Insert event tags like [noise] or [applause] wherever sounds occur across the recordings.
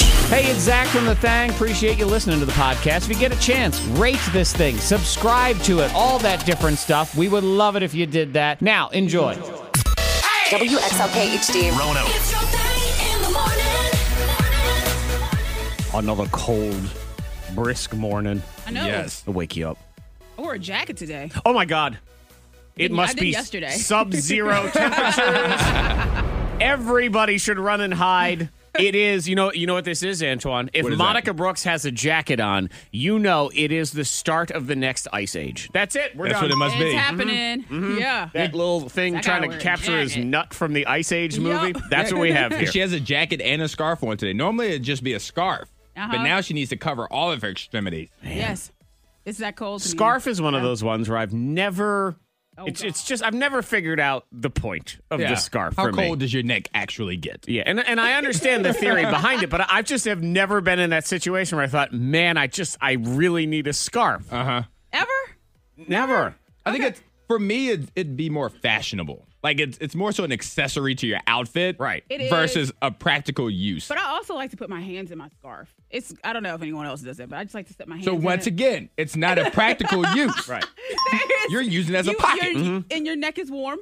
Hey, it's Zach from The Thang. Appreciate you listening to the podcast. If you get a chance, rate this thing, subscribe to it, all that different stuff. We would love it if you did that. Now, enjoy. WXLK HD. Rono. It's your thing in the morning. Another cold, brisk morning. I know. Yes. It'll wake you up. I wore a jacket today. Oh my God. It Didn't- I must did be yesterday. [laughs] sub zero temperatures. Everybody should run and hide. It is, you know, you know what this is, Antoine. If What is that? Monica Brooks has a jacket on, you know it is the start of the next ice age. That's it. We're That's done. what it must It's be. happening. Mm-hmm. Yeah. that little thing I gotta trying to wear a capture his jacket. nut from the Ice Age movie. Yup. That's [laughs] what we have here. She has a jacket and a scarf on today. Normally it'd just be a scarf, but Uh-huh. now she needs to cover all of her extremities. Yes. It's that cold. to me. Scarf is one of those ones where I've never. Oh, it's God. it's just I've never figured out the point of Yeah. the scarf How for cold me. does your neck actually get? Yeah, and and I understand the theory behind it, but I- I've just have never been in that situation where I thought, man, I just I really need a scarf. Uh-huh. Ever? never. I think it's for me. It'd, it'd be more fashionable. Like it's it's more so an accessory to your outfit, Right. It is. versus a practical use. But I also like to put my hands in my scarf. It's I don't know if anyone else does it, but I just like to set my hands. so in once it. again, it's not [laughs] a practical use. Right. [laughs] You're using it as a You- pocket. your- Mm-hmm. And your neck is warm.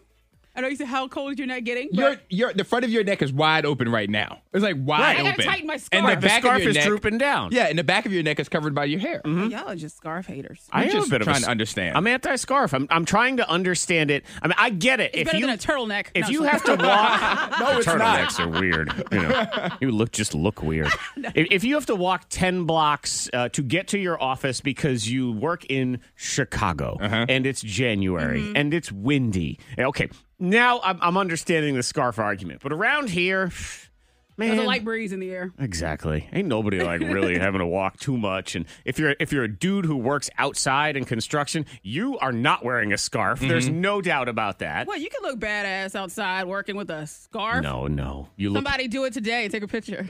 I know you said how cold is your neck getting? but Your your the front of your neck is wide open right now. It's like Right. wide I open. gotta tighten my And the scarf. The back scarf of your is neck, drooping down. Yeah, and the back of your neck is covered by your hair. Mm-hmm. y'all are just scarf haters. I I'm am a just bit of a trying to s- understand. I'm anti-scarf. I'm I'm trying to understand it. I mean, I get it. it's if better you than a turtleneck. if No, you sorry. have to walk, no, it's turtlenecks are weird. You know, you look just look [laughs] weird. if, if you have to walk ten blocks uh, to get to your office because you work in Chicago and it's January Mm-hmm. and it's windy, Eh, okay. Now I'm, I'm understanding the scarf argument, but around here, [sighs] man, [laughs] there's a light breeze in the air. Exactly. Ain't nobody like [laughs] really having to walk too much. And if you're if you're a dude who works outside in construction, you are not wearing a scarf. There's no doubt about that. Well, you can look badass outside working with a scarf. No, no. You look Somebody do it today and take [laughs] a picture.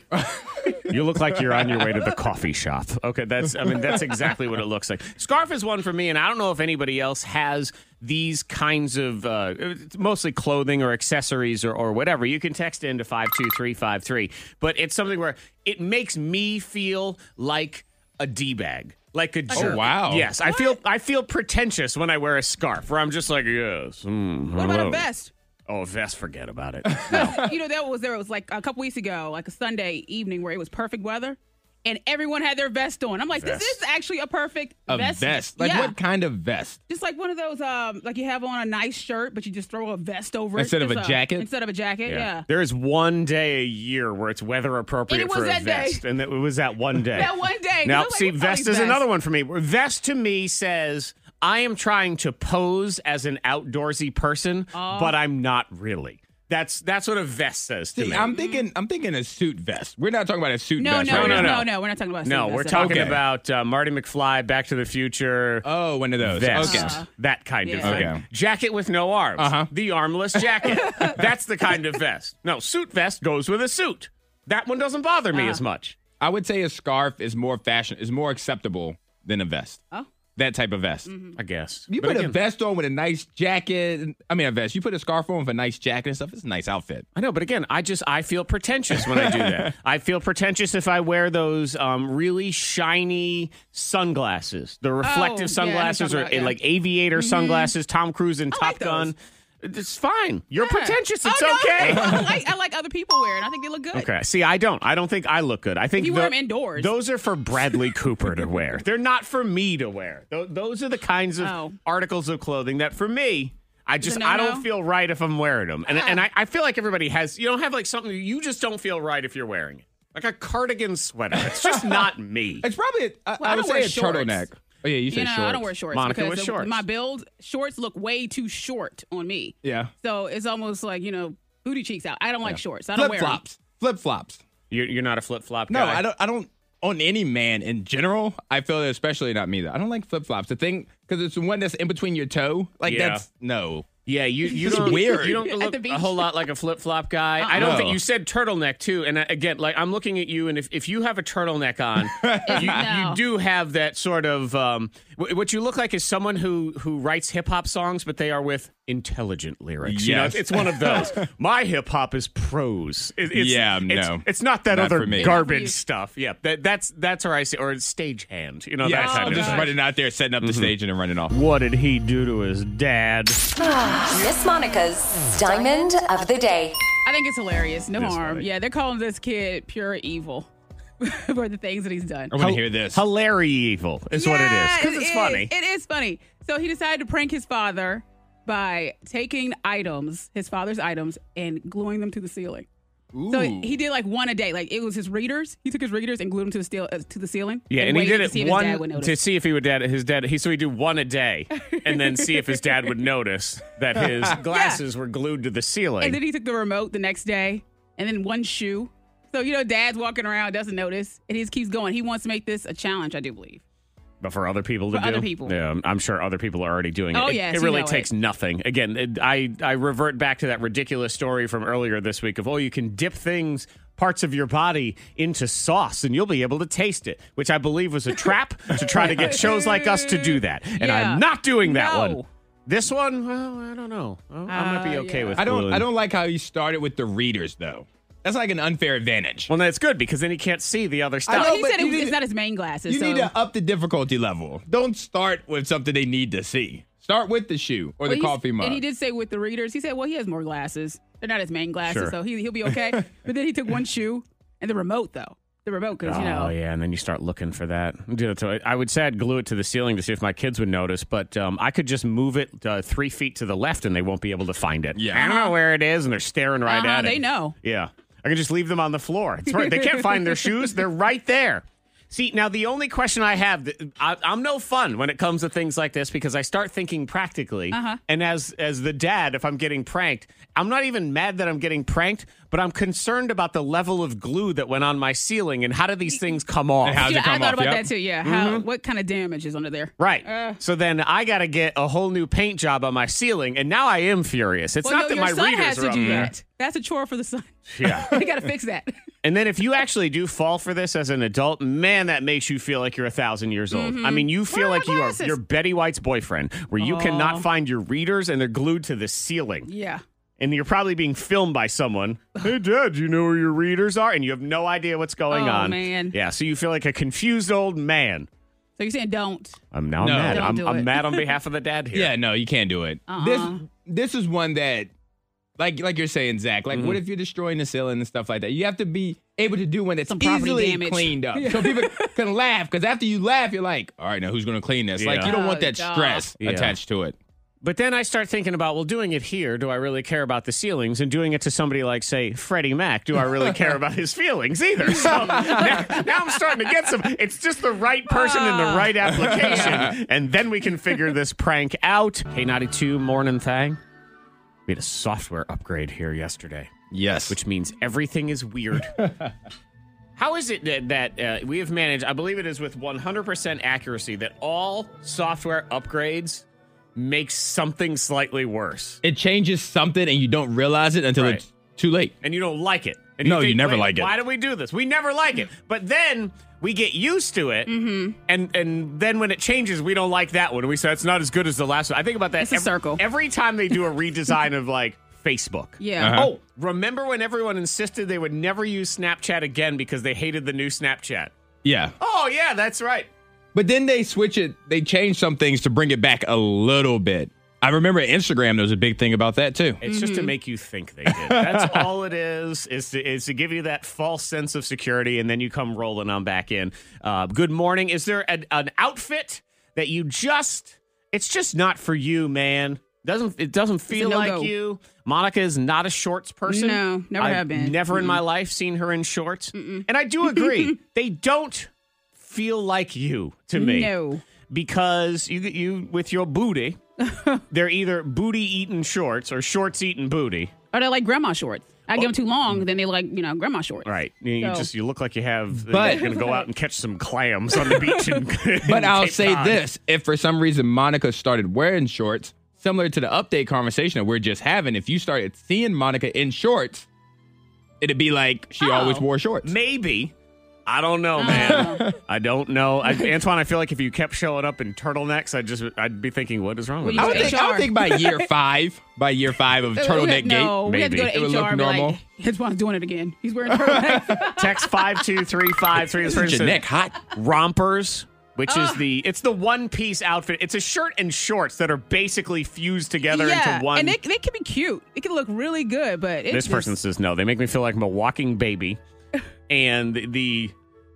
you look like you're on your way to the coffee shop. Okay, that's I mean that's exactly what it looks like. Scarf is one for me, and I don't know if anybody else has these kinds of uh, it's mostly clothing or accessories or, or whatever. You can text into five two three five three, but it's something where it makes me feel like a d bag. Like a jerk. wow. Yes, I feel I feel pretentious when I wear a scarf, where I'm just like, yes. mm, What about hello. a vest? Oh, vest. Forget about it. you know that was there it was like a couple weeks ago like a sunday evening where it was perfect weather and everyone had their vest on i'm like this Vest. is actually a perfect A vest vest. Like yeah. what kind of vest? just like one of those um like you have on a nice shirt but you just throw a vest over it. Instead of It's a jacket? instead of a jacket yeah, There is one day a year where it's weather appropriate And it for was a that day. vest. And it was that one day. [laughs] That one day. Now, I was like, see, what's all vest these is vests? another one for me. Where Vest to me says, I am trying to pose as an outdoorsy person, Oh. but I'm not really. That's that's what a vest says to See, me. I'm thinking I'm thinking a suit vest. We're not talking about a suit no vest. no, right no, no, now. no. no, We're not talking about. a no, suit we're vest. talking Okay. about uh, Marty McFly, Back to the Future. Oh, one of those. Vest, Okay. Uh-huh. that kind of Yeah. thing. Okay. Jacket with no arms, Uh-huh. the armless [laughs] jacket. That's the kind of vest. No, suit vest goes with a suit. That one doesn't bother me Uh-huh. as much. I would say a scarf is more fashion is more acceptable than a vest. Oh. Mm-hmm. That type of vest. I guess. You But put again- a vest on with a nice jacket. and- I mean, a vest. You put a scarf on with a nice jacket and stuff. It's a nice outfit. I know, but again, I just I feel pretentious when I do [laughs] that. I feel pretentious if I wear those um, really shiny sunglasses, the reflective Oh, yeah, I know sunglasses, you're or talking about, yeah. Mm-hmm. like aviator sunglasses, Tom Cruise and Top like those. Gun. It's fine. You're Yeah. pretentious. Oh, It's no, [laughs] okay. [laughs] I like, I like other people wearing. I think they look good. Okay. See, I don't. I don't think I look good. I think You wear 'em indoors. Those are for Bradley Cooper to [laughs] wear. They're not for me to wear. Tho- those are the kinds of Oh. articles of clothing that for me. I just a I no-no? Ah. don't feel right if I'm wearing them, and and I, I feel like everybody has you don't have like something you just don't feel right if you're wearing it, like a cardigan sweater. It's [laughs] just not me. It's probably. A, I, Well, I I would don't say wear a shorts. turtleneck. Oh yeah, you say You know, shorts. I don't wear shorts. Monica because wears of shorts. My build shorts look way too short on me. Yeah. So it's almost like you know booty cheeks out. I don't like shorts. I don't Flip wear 'em. flops. Flip flops. You're, you're not a flip flop No, guy. I don't. I don't on any man in general. I feel that especially not me. Though. I don't like flip flops. The thing because it's the one that's in between your toe. Like Yeah. that's no. Yeah, you you It's don't weird. You don't At look the beach. Uh-uh. a whole lot like a flip flop guy. I don't No. think you said turtleneck too. And uh, again, like I'm looking at you, and if, if you have a turtleneck [laughs] on, you, No. you do have that sort of um, wh- what you look like is someone who who writes hip hop songs, but they are with intelligent lyrics. You know, Yes. it's one of [laughs] those. My hip hop is prose. It- it's, Yeah, it's- no. it's not that Not other for me. You- garbage stuff. Yeah, that, that's that's where I see, or stagehand. You know, Oh, that Yes, Oh, kind I'm of just thing. Mm-hmm. running out there, setting up the stage, and then running off. What did he do to his dad? Miss Monica's Diamond of the Day. I think it's hilarious. No That's harm. funny. Yeah, they're calling this kid pure evil [laughs] for the things that he's done. I want to hear this. Hilary evil is what it is Yeah, because it it's funny. It is funny. So he decided to prank his father by taking items, his father's items, and gluing them to the ceiling. So he did like one a day. Like it was his readers. He took his readers and glued them to the steel, uh, to the ceiling. Yeah, and he waited did to it see if his dad would one notice. to see if he would dad his dad. He so he do one a [laughs] day, and then see if his dad would notice that his glasses were glued to the And then ceiling. he took the remote the next day, and then one shoe. So you know, dad's walking around, doesn't notice, and he just keeps going. He wants to make this a challenge, I do believe. But for other people to For do, other people. yeah, I'm- I'm sure other people are already doing it. Oh, it, yes, it you really know takes it. nothing. Again, it, I I revert back to that ridiculous story from earlier this week of oh, you can dip things. Parts of your body into sauce, and you'll be able to taste it, which I believe [laughs] was a trap to try to get shows like us to do that. And Yeah. I'm not doing that one. No. Uh, This one, well, I don't know. I, I might be okay with. I don't. gluing- I don't like how you started with the readers, though. That's like an unfair advantage. Well, that's good because then he can't see the other stuff. I know, he but said it you was, need it's to- not his main glasses. You so. need to up the difficulty level. Don't start with something they need to see. Start with the shoe or the Well, he's- coffee mug. And he did say with the readers, he said, well, he has more glasses. They're not his main glasses, Sure. so he, he'll be okay. but then he took one shoe and the remote, though. The remote, because, you know. Oh yeah, and then you start looking for that. I did it to- I would say I'd glue it to the ceiling to see if my kids would notice, but um, I could just move it uh, three feet to the left and they won't be able to find it. Yeah. I don't know where it is, and they're staring right Uh-huh, at it. they know. Yeah, I can just leave them on the floor. It's right. they can't find their shoes; they're right there. See, now the only question I have, th- I, I'm no fun when it comes to things like this because I start thinking practically, Uh-huh. and as as the dad, if I'm getting pranked, I'm not even mad that I'm getting pranked, but I'm concerned about the level of glue that went on my ceiling and how do these things come off? And how- How's it Yeah, I come thought off, about yep. that, too. Yeah. How, what kind of damage is under there? Right. Uh. so then I got to get a whole new paint job on my ceiling, and now I am furious. It's Well, not no, that your my son readers has are to up do there. that. That's a chore for the son. [laughs] Yeah. they got to fix that. And then if you actually do fall for this as an adult, man, that makes you feel like you're a thousand years old. I mean, you feel Mm-hmm. are my like you are glasses? you're Betty White's boyfriend, where you cannot find your readers and they're glued to the ceiling, Yeah. and you're probably being filmed by someone. Hey, Dad, you know where your readers are, and you have no idea what's going Oh, on. man. yeah. So you feel like a confused old man. So you're saying don't. I'm now No. mad. Don't I'm, do I'm it. mad [laughs] on behalf of the dad here. Yeah, no, you can't do it. Uh-huh. This this is one that like like you're saying, Zach, like what if you're destroying the ceiling and stuff like that? You have to be able to do one that's Some property easily damage. [laughs] cleaned up. So people can laugh because after you laugh, you're like, all right, now who's gonna clean this? Like Yeah. you don't want Oh, that duh. stress Yeah. attached to it. But then I start thinking about, well, doing it here, do I really care about the ceilings? And doing it to somebody like, say, Freddie Mac, do I really care about his feelings either? So now, now I'm starting to get some. It's just the right person in the right application. And then we can figure this prank out. Hey, 92 morning thing. We had a software upgrade here yesterday Yes. which means everything is [laughs] weird. How is it that, that uh, we have managed, I believe it is with 100% accuracy, that all software upgrades make something slightly worse? it changes something and you don't realize it until Right. it's too late. And you don't like it. And No, you think, never "Wait, like it." Why do we do this? We never like [laughs] it. But then we get used to it. Mm-hmm. And, and then when it changes, we don't like that one. We say it's not as good as the last one. I think about that It's a ev- circle. every time they do a redesign of like Facebook. [laughs] Yeah. Uh-huh. Oh, remember when everyone insisted they would never use Snapchat again because they hated the new Snapchat? Yeah. Oh, yeah, that's right. But then they switch it, they change some things to bring it back a little bit. I remember Instagram, there was a big thing about that too. It's just Mm-hmm. to make you think they did. That's [laughs] all it is, is to, is to give you that false sense of security, and then you come rolling on back in. Uh, good morning. Is there an, an outfit that you just, it's just not for you, man? Doesn't it doesn't feel no-go. like you? Monica is not a shorts person. No, never I've have been. Never in my life seen her in shorts. And I do [laughs] agree, they don't feel like you to me Oh, No. because you you with your [laughs] booty, they're either booty eating shorts or shorts eating booty. Or they're like grandma shorts. I give them too long, then they like, you know, grandma shorts. Right. You, you So- just you look like you have. But- you're gonna go out and catch some clams on the beach. [laughs] And, But I'll say Cod. this if for some reason Monica started wearing shorts, similar to the update conversation that we're just having, if you started seeing Monica in shorts, it'd be like she Oh. always wore shorts. maybe. I don't know, Oh. man. I don't know. I, Antoine, I feel like if you kept showing up in turtlenecks, I'd just I'd be thinking, what is wrong with Well, I you? would, think, I would HR. think by [laughs] year five, by year five of turtleneck Uh, no, gate, we had to go maybe. to It would HR look and be normal. like, Antoine's doing it again. [laughs] He's wearing turtlenecks. Text five two three five three. This is your person- neck hot. rompers. Which is the it's the one piece outfit. It's a shirt and shorts that are basically fused together yeah, into one. and they, they can be cute. It can look really good, but it's this just- person says no. They make me feel like I'm a walking baby, [laughs] and the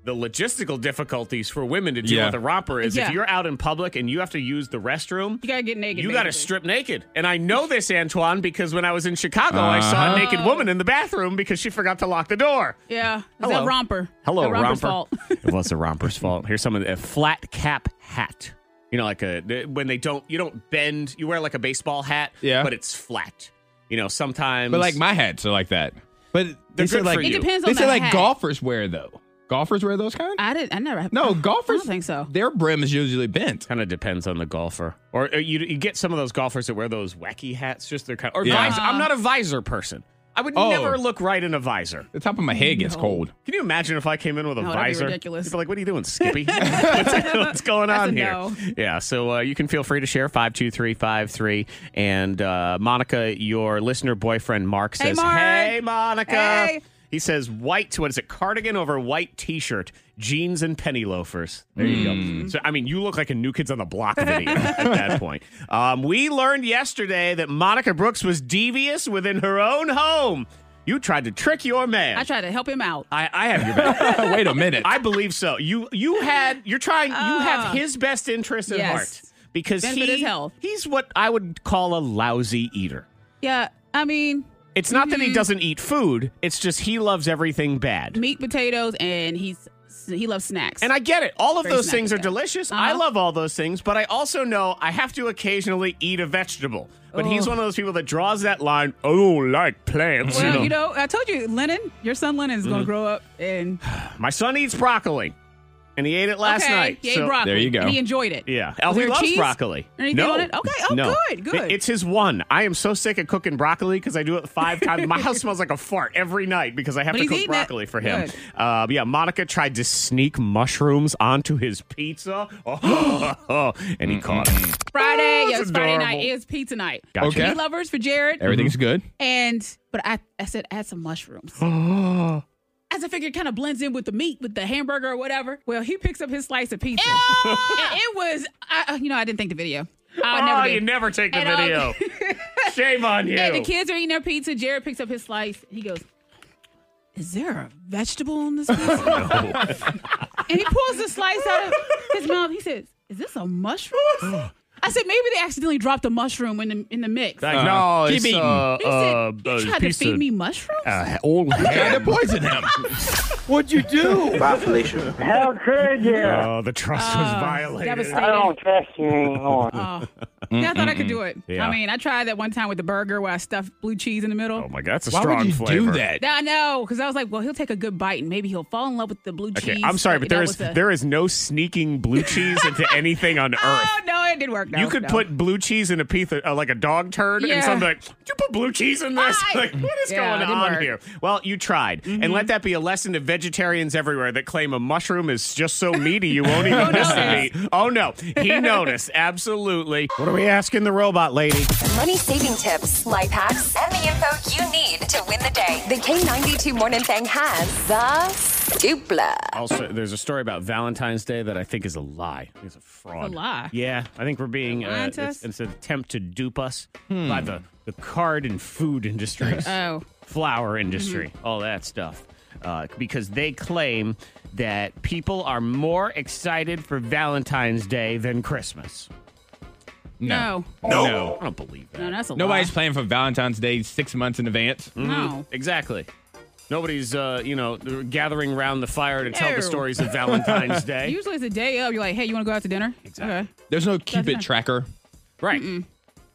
the logistical difficulties for women to deal Yeah. with a romper is Yeah. if you're out in public and you have to use the restroom, You gotta get naked. you got to basically. strip naked. And I know this, Antoine, because when I was in Chicago, I saw Uh-huh. a naked woman in the bathroom because she forgot to lock the door. Yeah, it's Hello. that romper. Hello, that romper. romper's fault. [laughs] it was the romper's fault. Here's someone a flat cap hat. You know, like a th- when they don't you don't bend. You wear like a baseball hat, Yeah. but it's flat. You know, sometimes. But like my hats are like that. But they They're say good like for you. It depends they on say the like hat. golfers wear though. Golfers wear those kind. I didn't. I never. no, golfers. I don't think so. Their brim is usually bent. kind of depends on the golfer, or, or you you get some of those golfers that wear those wacky hats. Just they're kind of, or Yeah. visor. I'm not a visor person. I would Oh. never look right in a visor. The top of my head gets cold. [laughs] Can you imagine if I came in with a No, that'd be visor? ridiculous. People are like, what are you doing, Skippy? [laughs] [laughs] what's, what's going That's on a here? no. Yeah, so uh, you can feel free to share 52353. And uh, Monica, your listener boyfriend, Mark, Hey, says, Mark. Hey, Monica. Hey. He says, white, what is it, cardigan over white t shirt, jeans and penny loafers. There you Hmm. go. So, I mean, you look like a New Kids on the Block video at [laughs] that point. Um, we learned yesterday that Monica Brooks was devious within her own home. You tried to trick your man. I tried to help him out. I, I have your [laughs] back. Wait [laughs] a minute. I believe so. You you had you're trying you have his best interest at Ah. Yes. heart because Benefit he his health. he's what I would call a lousy eater. Yeah, I mean, It's not Mm-hmm. that he doesn't eat food. It's just he loves everything bad. meat, potatoes, and he's he loves snacks. And I get it. All of Very those things snacky are guy. delicious. I Uh-huh. love all those things, but I also know I have to occasionally eat a vegetable. But he's one of those people that draws that line. I don't like plants. well, you know, I told you, Lennon, your son Lennon is gonna Mm-hmm. grow up and My son eats broccoli, and he ate it last okay, night. He ate so- broccoli. There you go. And he enjoyed it. Yeah. Was Oh, he there loves cheese? broccoli. Or anything no. on it? Okay. Oh, no. good. Good. It- It's his one. I am so sick of cooking broccoli because I do it five times. My house smells like a fart every night because I have But to he's cook eating it. broccoli for him. Good. Uh, but yeah, Monica tried to sneak mushrooms onto his pizza. [gasps] Oh, and he caught it. [laughs] [gasps] Friday. Oh, yeah, that's it's Friday adorable. night. It's pizza night. Gotcha. Okay. Meat lovers for Jared. Everything's Mm-hmm. good. And but I, I said add some mushrooms. As I figured, it kind of blends in with the meat, with the hamburger or whatever. Well, he picks up his slice of pizza. and it was, I, uh, you know, I didn't think the video. I oh, never you did. never take the And I'll- video. [laughs] Shame on you. And the kids are eating their pizza. Jared picks up his slice. He goes, "Is there a vegetable [laughs] on this pizza?" and he pulls the slice out of his mouth. He says, "Is this a mushroom?" [sighs] I said, "Maybe they accidentally dropped a mushroom in the in the mix." Like, Uh, no, keep it's eating. uh, he uh, said, "You tried to pizza. feed me mushrooms." uh, old Trying to ham. poison [laughs] him. What'd you do? Bye, Felicia. How could you? [laughs] Oh, the trust Uh, was violated. Devastated. I don't trust you anymore. Yeah, I thought I could do it. Mm, Yeah. I mean, I tried that one time with the burger where I stuffed blue cheese in the middle. Oh my God, that's a Why strong would you flavor. do that? Yeah, I know, because I was like, well, he'll take a good bite and maybe he'll fall in love with the blue cheese. Okay, I'm sorry, but there That is was a- there is no sneaking blue cheese [laughs] into anything on earth. Oh no, it didn't work. No, you could no. put blue cheese in a piece of, uh, like a dog turd, and Yeah. something like, "Did you put blue cheese in this? [laughs] I- like, what is Yeah, it going didn't on work. Mm-hmm. here? Well, you tried, and let that be a lesson to vegetarians everywhere that claim a mushroom is just so meaty you [laughs] won't even miss it. Oh no, he noticed absolutely. What are we asking the robot lady? Money saving tips, life hacks, and the info you need to win the day. The K92 Morning Thing has the dupla. Also, there's a story about Valentine's Day that I think is a lie. It's a fraud. It's a lie? Yeah, I think we're being uh, Lying to it's, us? it's an attempt to dupe us by the the card and food industries, [laughs] Oh. flour industry, all that stuff, uh, because they claim that people are more excited for Valentine's Day than Christmas. No. No, I don't believe that. Oh. No, that's a Nobody's lie. playing for Valentine's Day six months in advance. Mm. No. Exactly. Nobody's, uh, you know, gathering around the fire to tell No. the stories of [laughs] Valentine's Day. Usually it's a day of. You're like, hey, you want to go out to dinner? Exactly. There's no Cupid tracker. right.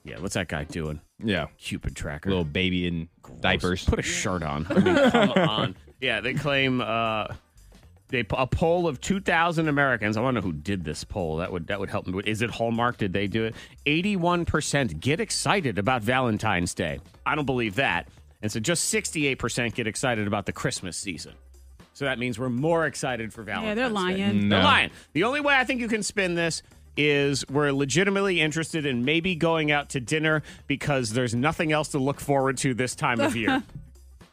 Yeah, what's that guy doing? Yeah. Cupid tracker. Little baby in diapers. [laughs] Put a shirt on. I mean, come on. Yeah, they claim uh, they a poll of two thousand Americans. I want to know who did this poll. That would that would help me. Is it Hallmark? Did they do it? Eighty-one percent get excited about Valentine's Day. I don't believe that. And so just sixty-eight percent get excited about the Christmas season. So that means we're more excited for Valentine's Yeah, they're Day. lying. They're No. lying. The only way I think you can spin this is we're legitimately interested in maybe going out to dinner because there's nothing else to look forward to this time of [laughs] year.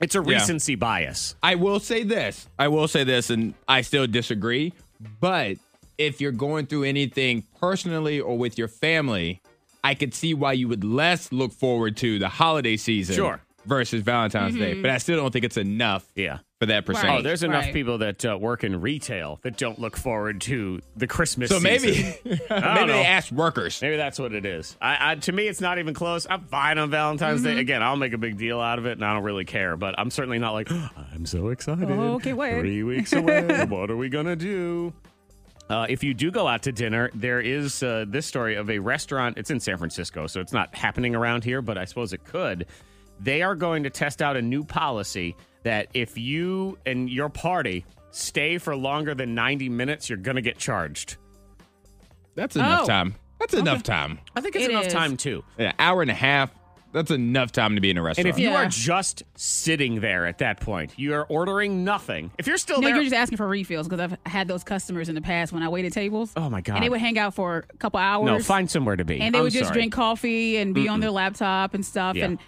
It's a recency bias. I will say this. I will say this, and I still disagree. But if you're going through anything personally or with your family, I could see why you would less look forward to the holiday season Sure. versus Valentine's Day. But I still don't think it's enough Yeah. for that percentage. Oh, there's enough Mm-hmm. Right. people that uh, work in retail that don't look forward to the Christmas so [laughs] maybe season. maybe don't know. they asked workers. Maybe that's what it is. I, I to me, it's not even close. I'm fine on Valentine's Mm-hmm. Day. Again, I'll make a big deal out of it, and I don't really care. But I'm certainly not like "Ah, I'm so excited. Oh, okay, wait. Three weeks [laughs] away. what are we gonna do? Uh, if you do go out to dinner, there is uh, this story of a restaurant. It's in San Francisco, so it's not happening around here, but I suppose it could. They are going to test out a new policy that if you and your party stay for longer than 90 minutes, you're going to get charged. That's enough Oh. time. That's enough time. I think it's It enough is. time, too. An hour and a half. That's enough time to be in a And restaurant. if you Yeah. are just sitting there at that point, you are ordering nothing. If you're still No, there, you're just asking for refills because I've had those customers in the past when I waited tables. Oh, my God. And they would hang out for a couple hours. no, find somewhere to be. And they I'm would just sorry. drink coffee and be on their laptop and stuff. Yeah. And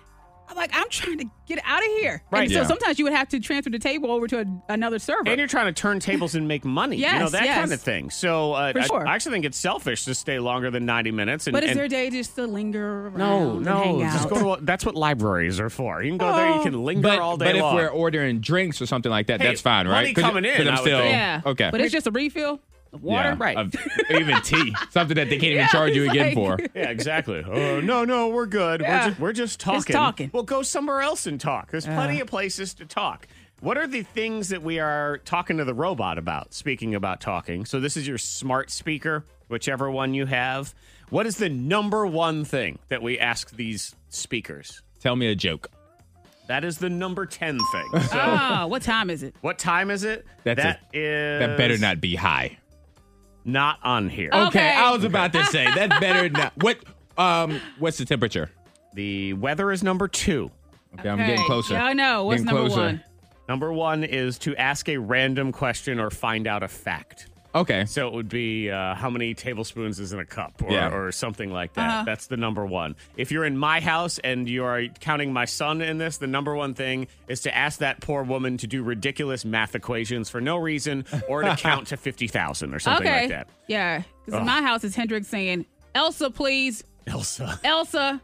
I'm like, I'm trying to get out of here. Right. And Yeah. so sometimes you would have to transfer the table over to a, another server. And you're trying to turn tables and make money, you know Yes, that yes. kind of thing. So uh, For I- sure. I, actually think it's selfish to stay longer than 90 minutes. And, but is and their day just to linger around? no, and no, hang out? Oh. just go to. That's what libraries are for. You can go there, you can linger but, all day but if long. we're ordering drinks or something like that, Hey, that's fine, right? money 'Cause- coming in, 'cause I'm I would still think. Yeah. okay. But it's just a refill. Water, Yeah, right? [laughs] of- even tea, something that they can't even charge you it's like- again for. yeah, exactly. Oh no, no, we're good. Yeah. We're, just, we're just talking. Just talking. Uh. Well, go somewhere else and talk. There's plenty of places to talk. What are the things that we are talking to the robot about? Speaking about talking, so this is your smart speaker, whichever one you have. What is the number one thing that we ask these speakers? Tell me a joke. That is the number ten [laughs] thing. So, Oh, what time is it? what time is it? That's that a- is That better not be high. not on here. Okay. I was about to say [laughs] that better not. What? Um, what's the temperature? The weather is number two. Okay, I'm getting Okay. closer. Yeah, I know. What's Getting number closer. one? Number one is to ask a random question or find out a fact. Okay. So it would be uh, how many tablespoons is in a cup or, Yeah. or something like that. Uh-huh. That's the number one. If you're in my house and you are counting my son in this, the number one thing is to ask that poor woman to do ridiculous math equations for no reason or to count [laughs] to 50,000 or something okay. like that. Yeah. Because in my house, it's Hendrix saying, Elsa, please. Elsa. [laughs] Elsa.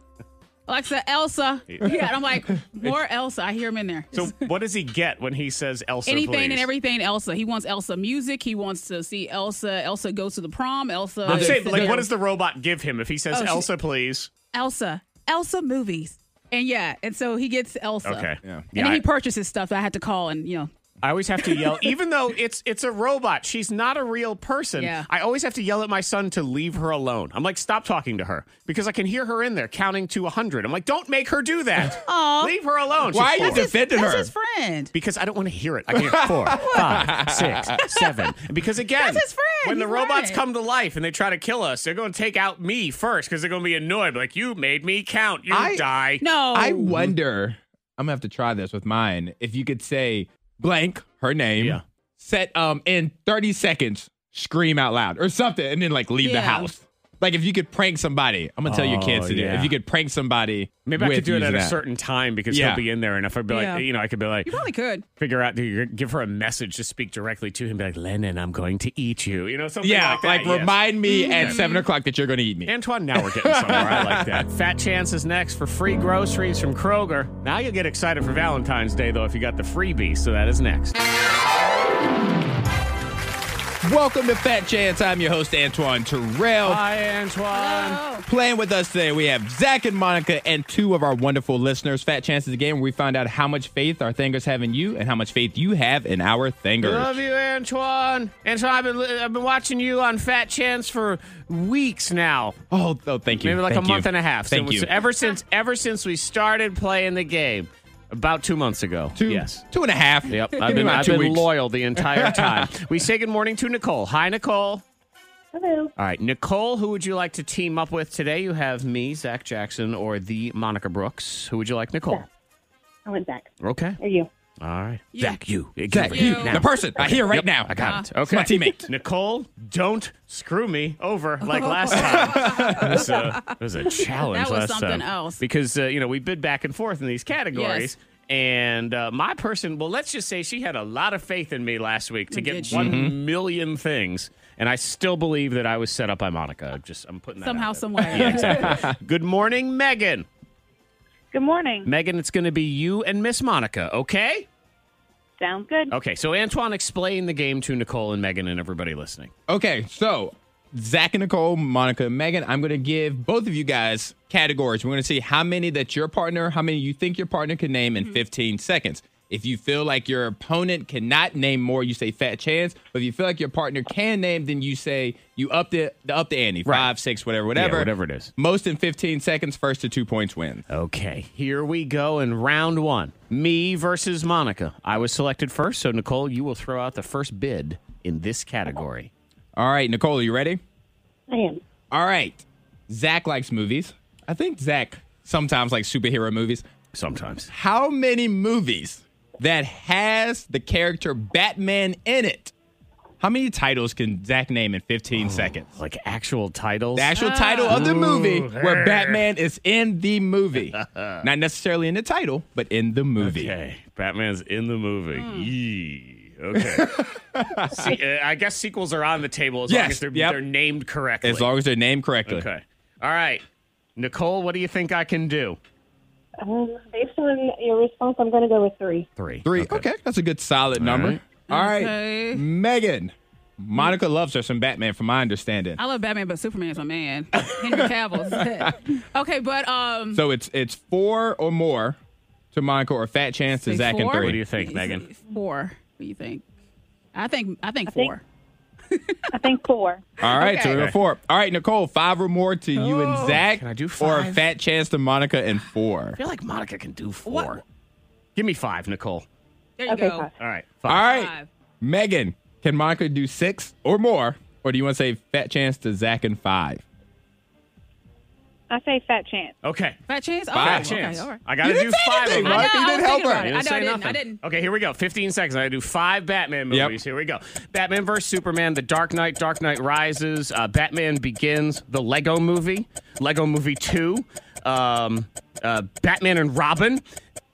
Alexa, Elsa. Yeah. And [laughs] I'm like, more Elsa. I hear him in there. So what does he get when he says Elsa? Anything and please? everything Elsa. He wants Elsa music. He wants to see Elsa. Elsa goes to the prom. Elsa. I'm saying, sits like, there. what does the robot give him if he says Oh, she- Elsa, please? Elsa. Elsa movies. And yeah. And so he gets Elsa. Okay. Yeah. And then I- he purchases stuff that I had to call and, you know, I always have to [laughs] yell, even though it's it's a robot. She's not a real person. Yeah. I always have to yell at my son to leave her alone. I'm like, stop talking to her because I can hear her in there counting to hundred. I'm like, don't make her do [laughs] that. leave her alone. She's Why are you four. just- Defended that's her. his friend. Because I don't want to hear it. I can [laughs] hear four, five, six, seven. Because again, That's his when friend. the He's robots right. come to life and they try to kill us, they're going to take out me first because they're going to be annoyed. Like you made me count. You I- die. No. I wonder. I'm gonna have to try this with mine. If you could say blank her name, Yeah. set um in 30 seconds, scream out loud or something, and then like leave the Yeah. house. Like if you could prank somebody, I'm gonna tell your Oh, kids to do. it. yeah. If you could prank somebody, Maybe I with could do it at using a that. certain time because Yeah. he'll be in there, and if I'd be like, Yeah. you know, I could be like, you probably could. figure out, to give her a message to speak directly to him, be like, Lennon, I'm going to eat you. You know, something Yeah, like that. like, Mm-hmm. yes. remind me at seven o'clock that you're gonna eat me. Antoine, now we're getting somewhere. I like [laughs] that. Fat Chance is next for free groceries from Kroger. Now you'll get excited for Valentine's Day, though, if you got the freebie. So that is next. Welcome to Fat Chance. I'm your host Antoine Terrell. Hi, Antoine. Oh. Playing with us today, we have Zach and Monica and two of our wonderful listeners. Fat Chances Again, where we find out how much faith our Thangers have in you and how much faith you have in our Thangers. Love you, Antoine. Antoine, I've been, I've been watching you on Fat Chance for weeks now. Oh, oh, thank you. Maybe like Thank a month you. and a half. Thank so, you. so ever since ever since we started playing the game, about two months ago. two, Yes. two and a half. Yep, [laughs] Give I've me been, about I've two been weeks. loyal the entire [laughs] time. we say good morning to Nicole. Hi, Nicole. [laughs] Hello. All right, Nicole, who would you like to team up with today? You have me, Zach Jackson, or the Monica Brooks. Who would you like, Nicole? I went back. Okay. Are you? All right. You. Zach, you. Zach, Give it you. now. The person. I hear right Yep, now. I got it. It's Okay. my [laughs] teammate. Nicole, don't screw me [laughs] over like last time. it, was a, it [laughs] was a challenge That was last something time. else. Because, uh, you know, we bid back and forth in these categories. Yes. And uh, my person, well, let's just say she had a lot of faith in me last week to Did get she? one million things. And I still believe that I was set up by Monica. Just I'm putting that Somehow, out there. some [laughs] way. Yeah, exactly. Good morning, Megan. Good morning. Megan, it's going to be you and Miss Monica, okay? Sounds good. Okay, so Antoine, explain the game to Nicole and Megan and everybody listening. Okay, so Zach and Nicole, Monica and Megan, I'm going to give both of you guys categories. We're going to see how many that your partner, how many you think your partner can name in Mm-hmm. 15 seconds. If you feel like your opponent cannot name more, you say fat chance. But if you feel like your partner can name, then you say you up the, the up the ante, Right. five, six, whatever, whatever, whatever it is. Most in 15 seconds, first to two points wins. Okay, here we go in round one. Me versus Monica. I was selected first, so Nicole, you will throw out the first bid in this category. All right, Nicole, are you ready? I am. All right. Zach likes movies. I think Zach sometimes likes superhero movies. Sometimes. how many movies that has the character Batman in it? How many titles can Zach name in 15 seconds? Oh, Like actual titles. The actual Uh, title of the movie where Batman is in [laughs] the movie. Not necessarily in the title, but in the movie. okay, Batman's in the movie. Hmm. Yee. [laughs] Okay. See, uh, I guess sequels are on the table as long Yes, as they're, yep. they're named correctly. As long as they're named correctly. okay. All right. Nicole, what do you think I can do? Um, based on your response, I'm going to go with three. Three. Three. Okay. that's a good solid number. right. All right. Okay. Megan. Monica loves her some Batman, from my understanding. I love Batman, but Superman's my man. Henry Cavill's. [laughs] okay, but um, So it's it's four or more to Monica or fat chance to say Zach and four? three. What do you think, Megan? Four. What do you think? I think I think think- four. I think four. All right, so Okay. Oh. we have four. All right, Nicole, five or more to you and Zach. Can I do Or a five? fat chance to Monica and four. I feel like Monica can do four. Give me five, Nicole. There you Okay, go. fine. All right. All Five. right, Five. Megan, can Monica do six or more? Or do you want to say fat chance to Zach and five? I say fat chance. Okay. Fat chance. Five. Okay, chance. all right. I got to You do didn't say five. of anything, them. I Right? You know. didn't I was help thinking her. about it. You didn't I, say know, I nothing. didn't. I didn't. Okay, here we go. 15 seconds. I gotta do five Batman Yep. movies. Here we go. Batman vs. Superman, The Dark Knight, Dark Knight Rises, uh, Batman Begins, The Lego Movie, Lego Movie 2, um, uh, Batman and Robin,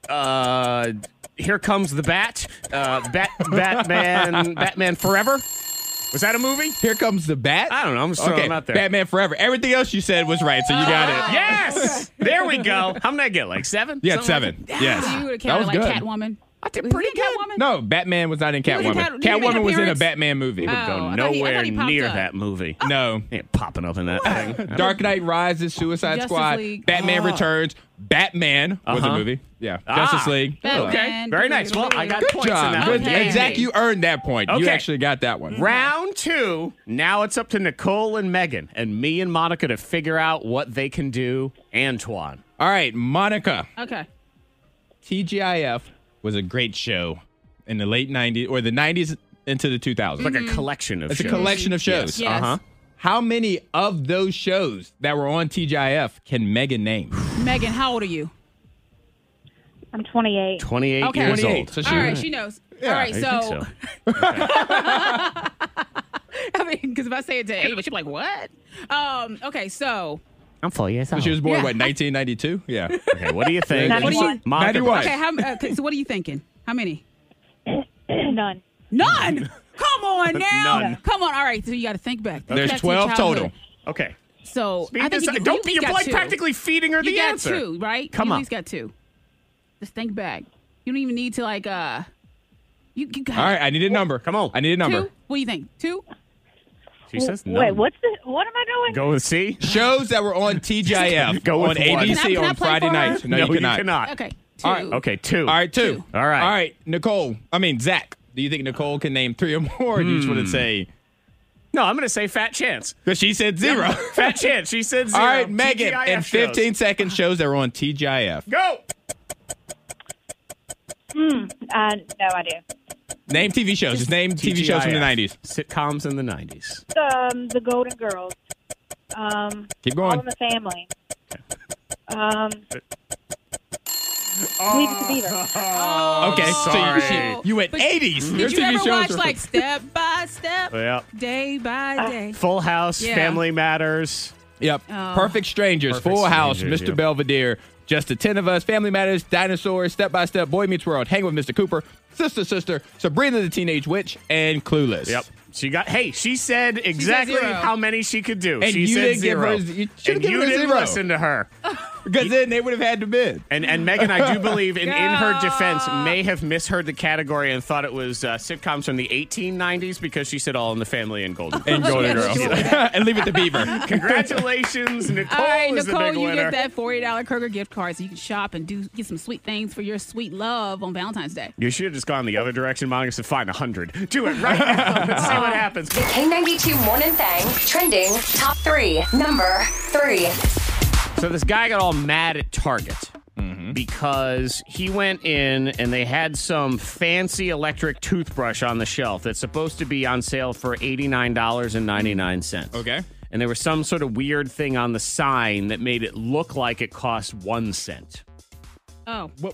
uh, Here Comes the Bat, uh, [laughs] Bat Batman, Batman Forever. Was that a movie? Here comes the bat. I don't know. I'm just throwing okay. them out there. Batman Forever. Everything else you said was right, so you got it. Oh. Yes! There we go. How many did I get? Like seven? Yeah, Something like seven. yes. So you would have that was counted like good. Catwoman. I did Was he pretty in good. Catwoman? No, Batman was not in was in Catwoman. Cat- he made an Catwoman was in a appearance? Batman movie. Oh, I Go thought he- I thought he nowhere popped near up. that movie. No. [laughs] Yeah, popping up in that thing. Dark Knight Rises, Suicide Justice Squad, League. Ah. Batman Returns, Batman was a Uh-huh. movie. Yeah. Ah. Justice League. Batman. Okay. Very nice. Well, I got points in that Good one. Okay. job. Zach, you earned that point. You Okay. Mm-hmm. actually got that one. Round two. Now it's up to Nicole and Megan and me and Monica to figure out what they can do. Antoine. All right, Monica. Okay. TGIF was a great show in the late 90s or the 90s into the 2000s. Like a collection of It's a shows. collection of shows. Mm-hmm. Yes. Uh-huh. Mm-hmm. How many of those shows that were on TGIF can Megan name? Megan, how old are you? I'm 28. 28 Okay. years 28, old. so All right, she knows. All right, I so, think [laughs] I mean, because if I say it to anybody, she'd be like, "What?" Um. Okay, so I'm four years old. She was born, Yeah. what, 1992? [laughs] Yeah. Okay, what do you think? What do you- Monica, 91. okay, how, uh, so what are you thinking? How many? None. [laughs] None. Come on now. None. Come on. All right, so you got to think back. Think There's back to your 12 total. childhood. Okay. So Speed I think this you up. can- Don't you be got like two. practically feeding her You the got answer. two, right? Come you on. at least got two. Just think back. You don't even need to like uh. You, you got All right, I need a number. Come on. I need a two. number. What do you think? Two. She says no. Wait, what's the? What am I doing? Go with C. Shows that were [laughs] on TGIF Go with on one. Can I- ABC can I on play for Friday her? nights. No, you cannot. Okay. Two. All right, Okay, two. All right, two. Two. All right. All right, Nicole. I mean, Zach. Do you think Nicole can name three or more? Or do you just want Hmm. to say? No, I'm going to say fat chance. Because she said zero. Fat chance. She said zero. [laughs] All right, Megan. TGIF in shows. 15 second shows that were on TGIF. Go. Uh, no idea. Name TV shows. Just, name TV shows from the TGIF. 90s. Sitcoms in the 90s. Um, the Golden Girls. Um, Keep Oh, All [laughs] going. in the Family. Um, Leave it to Beaver. Okay, so you, sorry. you went But 80s. Your Oh, Did you TV ever shows watch are- Oh, like step by step, Yeah. day by day? [laughs] Full House, Yeah. Family Matters. Yep. Oh. Perfect Strangers, Perfect Full House, Strangers, Mr. yeah. Belvedere, Just the Ten of Us, Family Matters, Dinosaurs, Step by Step, Boy Meets World, Hang with Mr. Cooper, Sister Sister, Sabrina the Teenage Witch, and Clueless. Yep. She got. Hey, she said exactly zero. how many she could do. And she you said didn't give her zero. a z- you should've and given you her a didn't zero. listen to [laughs] her. Because then they would have had to bid. And and Megan, I do believe, in, in her defense, may have misheard the category and thought it was uh, sitcoms from the 1890s because she said All in the Family and Golden. Girls. And Golden Girls. [laughs] and leave it to Beaver. [laughs] Congratulations, Nicole All right, is the Nicole, big you winner. get that forty dollar Kroger gift card, so you can shop and do get some sweet things for your sweet love on Valentine's Day. You should have just gone the other direction, Monica. Said, "Fine, hundred. Do it right now. Let's see what happens." The K92 Morning Thang trending top three. Number three. So this guy got all mad at Target Mm-hmm. because he went in and they had some fancy electric toothbrush on the shelf that's supposed to be on sale for $89.99. Okay. And there was some sort of weird thing on the sign that made it look like it cost one cent. Oh, What, was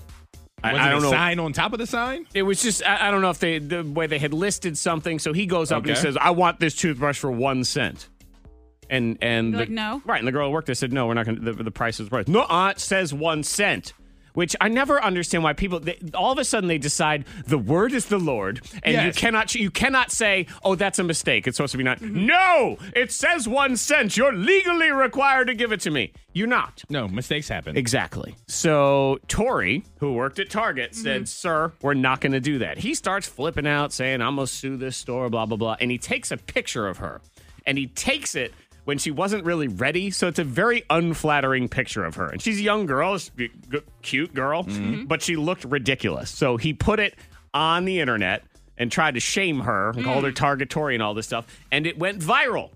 I- it I don't a know. sign on top of the sign? It was just I, I don't know if they the way they had listed something. So he goes up and Okay. he says, "I want this toothbrush for one cent." And and You're the, like, "No." right. And the girl at work there said, "No, we're not going. to, The price is the price." No, uh, it says one cent. Which I never understand why people they, all of a sudden they decide the word is the Lord and you Yes. cannot you cannot say oh that's a mistake it's supposed to be not Mm-hmm. no it says one cent you're legally required to give it to me you're not No, mistakes happen. Exactly. So Tori, who worked at Target, said, Sir, we're not going to do that. He starts flipping out, saying, I'm going to sue this store, blah, blah, blah. And he takes a picture of her and he takes it when she wasn't really ready. So it's a very unflattering picture of her. And she's a young girl, she's a g- cute girl, but she looked ridiculous. So he put it on the internet and tried to shame her and called her Target Tori and all this stuff. And it went viral.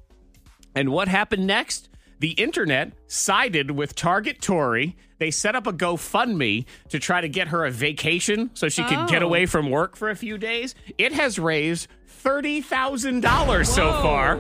And what happened next? The internet sided with Target Tory. They set up a GoFundMe to try to get her a vacation so she could get Oh. away from work for a few days. It has raised $30,000 so far.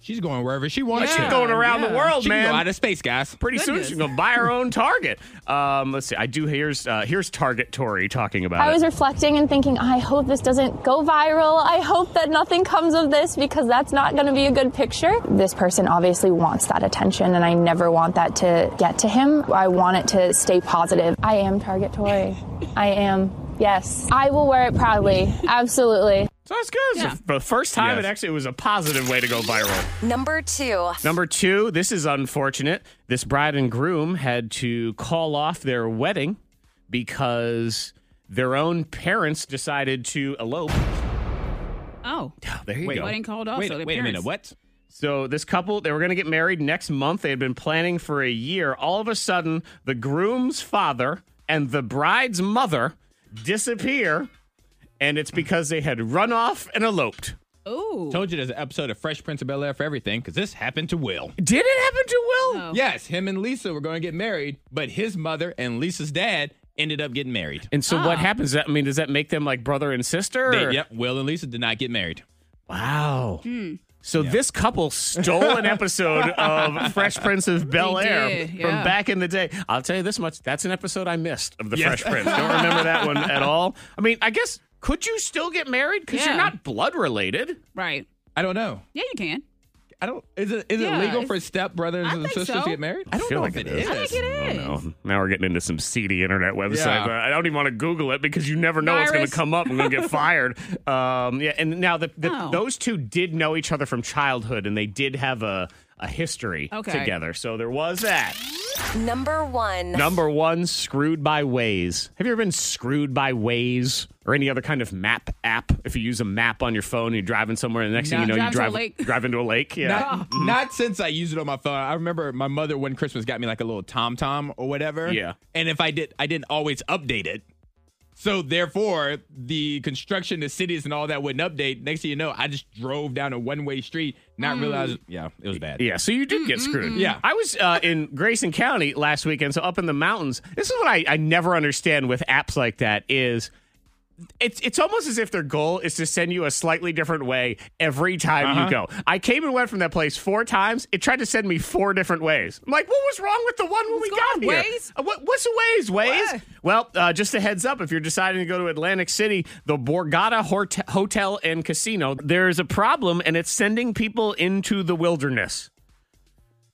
She's going wherever she wants She's to. going around the yeah. world, she can man. go out of space, guys. Pretty soon Goodness. she's gonna buy her own Target. Um, let's see. I do here's uh, here's Target Tory talking about I it. was reflecting and thinking, I hope this doesn't go viral. I hope that nothing comes of this because that's not going to be a good picture. This person obviously wants that attention, and I never want that to get to him. I want it to stay positive. I am Target Tory. I am. Yes. I will wear it proudly. Absolutely. so that's good. It's Yeah. the- the first time Yes. it actually it was a positive way to go viral. Number two. Number two, this is unfortunate. This bride and groom had to call off their wedding because their own parents decided to elope. oh, There you Wait, go. wedding called off. wait so their wait a minute. parents- What? So this couple, they were going to get married next month. They had been planning for a year. All of a sudden, the groom's father and the bride's mother disappear, and it's because they had run off and eloped. Ooh, Told you there's an episode of Fresh Prince of Bel Air for everything because this happened to Will. Did it happen to Will? Oh. Yes, him and Lisa were going to get married, but his mother and Lisa's dad ended up getting married. And so what happens? I mean, does that make them like brother and sister? They- or- yep, Will and Lisa did not get married. Wow. Hmm. So this couple stole an [laughs] episode of Fresh Prince of Bel Air did, from yeah. back in the day. I'll tell you this much: that's an episode I missed of the Fresh [laughs] Prince. Don't remember that one at all. I mean, I guess could you still get married because you're Yeah. not blood related? right? I don't know. Yeah, you can. I don't. Is it is Yeah, it legal it's- for stepbrothers I and think sisters so. to get married? I don't feel know like it if it is. is. I think it is. Oh, Now we're getting into some seedy internet websites. Yeah. I don't even want to Google it because you never know what's going Virus. to come up. I'm going to get [laughs] fired. Um, yeah, and now the, the, Oh. those two did know each other from childhood, and they did have a a history Okay. together. So there was that. Number one. Number one, screwed by Waze. Have you ever been screwed by Waze or any other kind of map app? If you use a map on your phone, you're driving somewhere, and the next thing Nah, you know, you drive drive to a lake. drive into a [laughs] lake. Yeah. Not, not since I used it on my phone. I remember my mother one Christmas got me like a little Tom Tom or whatever. Yeah. And if I did, I didn't always update it. So therefore, the construction, the cities, and all that wouldn't update. Next thing you know, I just drove down a one way street, not Mm. realizing. Yeah, it was bad. Yeah, so you did get screwed. Yeah. I was uh, in Grayson County last weekend, so up in the mountains. This is what I, I never understand with apps like that is it's it's almost as if their goal is to send you a slightly different way every time you Uh-huh. go. I came and went from that place four times. It tried to send me four different ways. I'm like, what was wrong with the one when we going got on, here? Waze? Uh, What, what's the ways, ways? What? Well, uh, just a heads up if you're deciding to go to Atlantic City, the Borgata Hort- Hotel and Casino, there is a problem and it's sending people into the wilderness.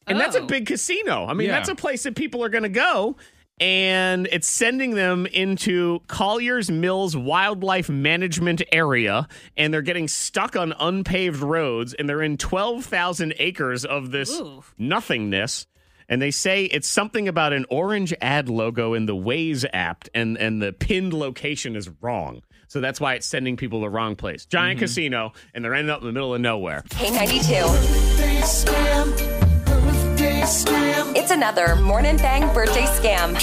And that's a Oh. big casino. I mean, Yeah. that's a place that people are going to go. And it's sending them into Collier's Mills Wildlife Management Area, and they're getting stuck on unpaved roads, and they're in 12,000 acres of this nothingness. And they say it's something about an orange ad logo in the Waze app, and, and the pinned location is wrong. So that's why it's sending people the wrong place. Giant casino, and they're ending up in the middle of nowhere. K92. It's another Morning Thang birthday scam.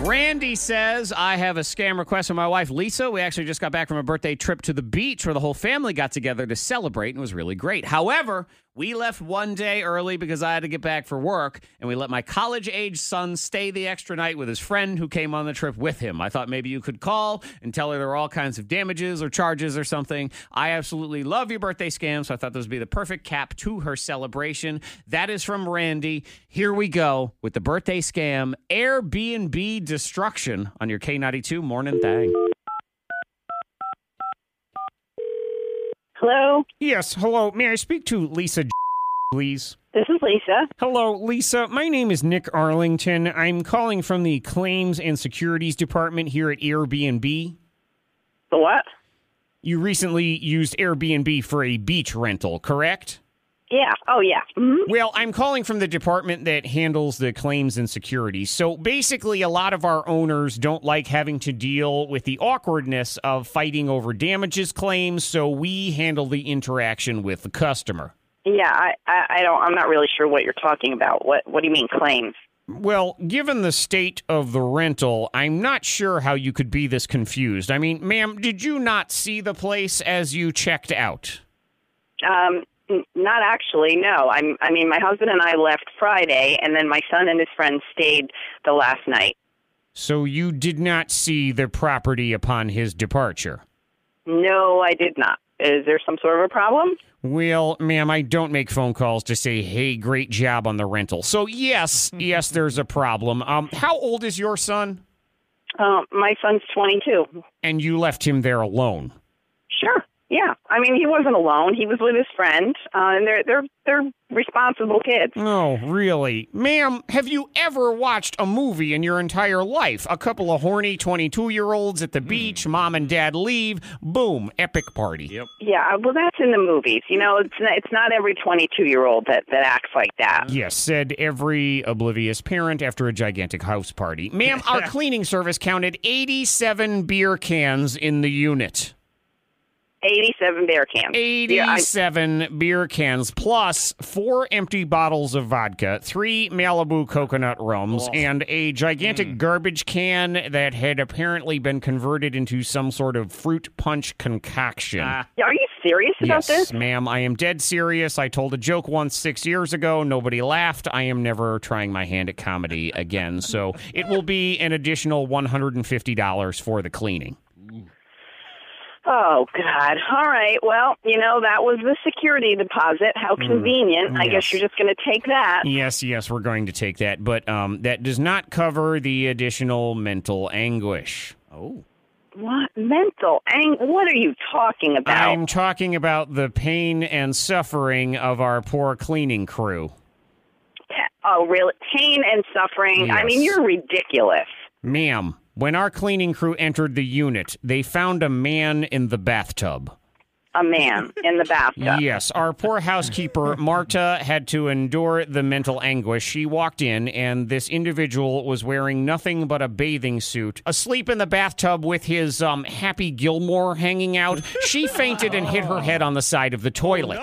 Randy says, I have a scam request from my wife, Lisa. We actually just got back from a birthday trip to the beach where the whole family got together to celebrate and it was really great. However, we left one day early because I had to get back for work and we let my college age son stay the extra night with his friend who came on the trip with him. I thought maybe you could call and tell her there were all kinds of damages or charges or something. I absolutely love your birthday scam, so I thought this would be the perfect cap to her celebration. That is from Randy. Here we go with the birthday scam Airbnb destruction on your K92 morning thing. Hello, Yes, hello. May I speak to Lisa, please? this is Lisa. Hello, Lisa. My name is Nick Arlington. I'm calling from the Claims and Securities Department here at Airbnb. The what? You recently used Airbnb for a beach rental, correct? Yeah. Oh, yeah. hmm Well, I'm calling from the department that handles the claims and security. So basically, a lot of our owners don't like having to deal with the awkwardness of fighting over damages claims, so we handle the interaction with the customer. Yeah. I, I, I don't. I'm not really sure what you're talking about. What What do you mean claims? Well, given the state of the rental, I'm not sure how you could be this confused. I mean, ma'am, did you not see the place as you checked out? Um, n- not actually. No. I'm. I mean, my husband and I left Friday, and then my son and his friend stayed the last night. So you did not see the property upon his departure? No, I did not. Is there some sort of a problem? Well, ma'am, I don't make phone calls to say, "Hey, great job on the rental." So yes, yes, there's a problem. Um, how old is your son? Um, my son's 22. And you left him there alone. Sure. Yeah. I mean, he wasn't alone. He was with his friend, uh, and they're they're they're responsible kids. Oh, really, ma'am? Have you ever watched a movie in your entire life? A couple of horny twenty-two-year-olds at the beach, mom and dad leave, boom, epic party. Yep. Yeah. uh, Well, that's in the movies. You know, it's not, it's not every 22 year old that that acts like that. Yes, said every oblivious parent after a gigantic house party. Ma'am, [laughs] our cleaning service counted eighty-seven beer cans in the unit. 87 bear cans. Yeah, I- 87 beer cans plus four empty bottles of vodka, three Malibu coconut rums, Oh. and a gigantic Mm. garbage can that had apparently been converted into some sort of fruit punch concoction. Yeah, are you serious about yes, this? ma'am, I am dead serious. I told a joke once six years ago. Nobody laughed. I am never trying my hand at comedy again. So it will be an additional $150 for the cleaning. Oh God! All right. Well, you know that was the security deposit. How convenient. I Mm. yes. Mm. guess you're just going to take that. Yes, yes, we're going to take that, but um, that does not cover the additional mental anguish. Oh. What mental ang? What are you talking about? I'm talking about the pain and suffering of our poor cleaning crew. Oh, really? Pain and suffering. I mean, Yes. you're ridiculous. Ma'am, when our cleaning crew entered the unit, they found a man in the bathtub. A man in the bathtub. Yes, our poor housekeeper, Marta, had to endure the mental anguish. She walked in, and this individual was wearing nothing but a bathing suit, asleep in the bathtub with his um, Happy Gilmore hanging out. She fainted and hit her head on the side of the toilet.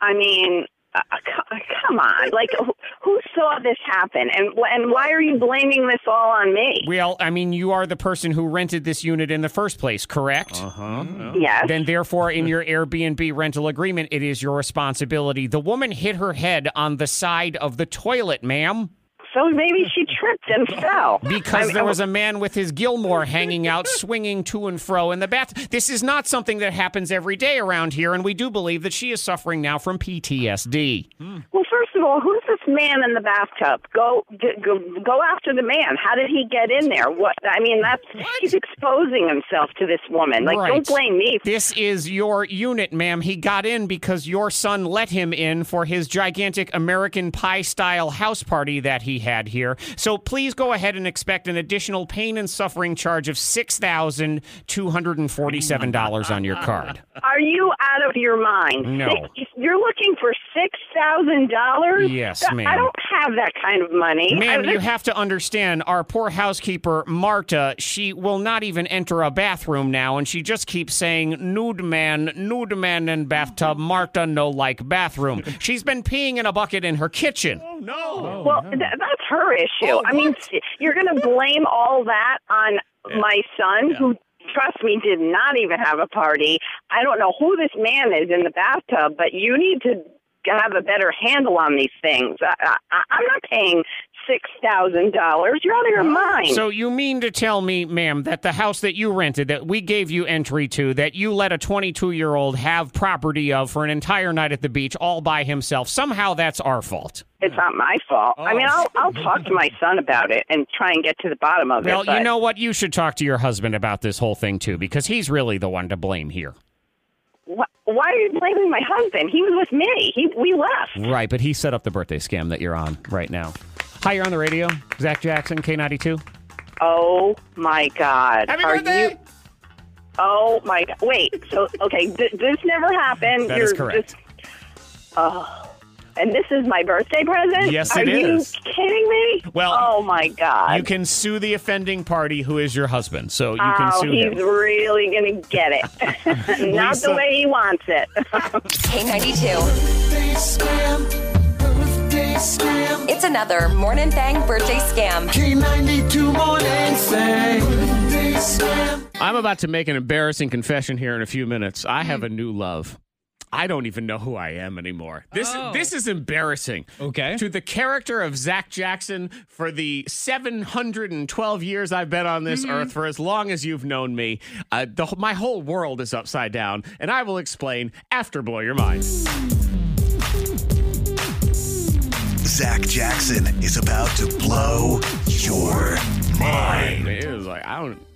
I mean, uh, uh, c- come on. Like, who, who saw this happen? And wh- and why are you blaming this all on me? Well, I mean, you are the person who rented this unit in the first place, correct? Yes. Then, therefore, in your Airbnb rental agreement, it is your responsibility. The woman hit her head on the side of the toilet, ma'am. So maybe she tripped and fell. Because I- there was a man with his Gilmore hanging out, swinging to and fro in the bath. This is not something that happens every day around here, and we do believe that she is suffering now from PTSD. Well, first of all, who's this man in the bathtub? Go, d- go, go after the man. How did he get in there? What? I mean, that's he's exposing himself to this woman. Like, Right. don't blame me. This is your unit, ma'am. He got in because your son let him in for his gigantic American pie style house party that he had here. So please go ahead and expect an additional pain and suffering charge of $6,247 on your card. Are you out of your mind? No. Six, you're looking for six thousand dollars? Yes, I ma'am. don't have that kind of money. Ma'am, I- you have to understand our poor housekeeper, Marta, she will not even enter a bathroom now, and she just keeps saying, nude man, nude man in bathtub, Marta no like bathroom. She's been peeing in a bucket in her kitchen. Oh, Well, th- that's her issue. I mean, s- you're going to blame all that on my son, who, trust me, did not even have a party. I don't know who this man is in the bathtub, but you need to have a better handle on these things. I, I, I'm not paying six thousand dollars. You're out of your mind. So you mean to tell me, ma'am, that the house that you rented, that we gave you entry to, that you let a 22-year-old have property of for an entire night at the beach all by himself, somehow that's our fault? it's not my fault. I mean, Oh. I'll, I'll talk to my son about it and try and get to the bottom of Well, it. but- you know what? You should talk to your husband about this whole thing, too, because he's really the one to blame here. wh- why are you blaming my husband? He was with me. He we left. Right, but he set up the birthday scam that you're on right now. Hi, you're on the radio. Zach Jackson, K92. Oh my God! Happy Are birthday! you- oh my God! Wait. So okay, th- this never happened. That You're is correct. Just, oh, and this is my birthday present. Yes, Are it you is. kidding me? Well, oh my God! you can sue the offending party who is your husband, so you can oh, sue he's him. really gonna [laughs] get it. [laughs] Not Lisa. the way he wants it. K92. It's another Morning Thang birthday scam. I'm about to make an embarrassing confession here in a few minutes. I have a new love. I don't even know who I am anymore. This Oh. this is embarrassing. Okay. To the character of Zach Jackson for the 712 years I've been on this earth, for as long as you've known me, uh, the, wh- my whole world is upside down, and I will explain after Blow Your Mind. Zach Jackson is about to blow your mind. It was like I don't,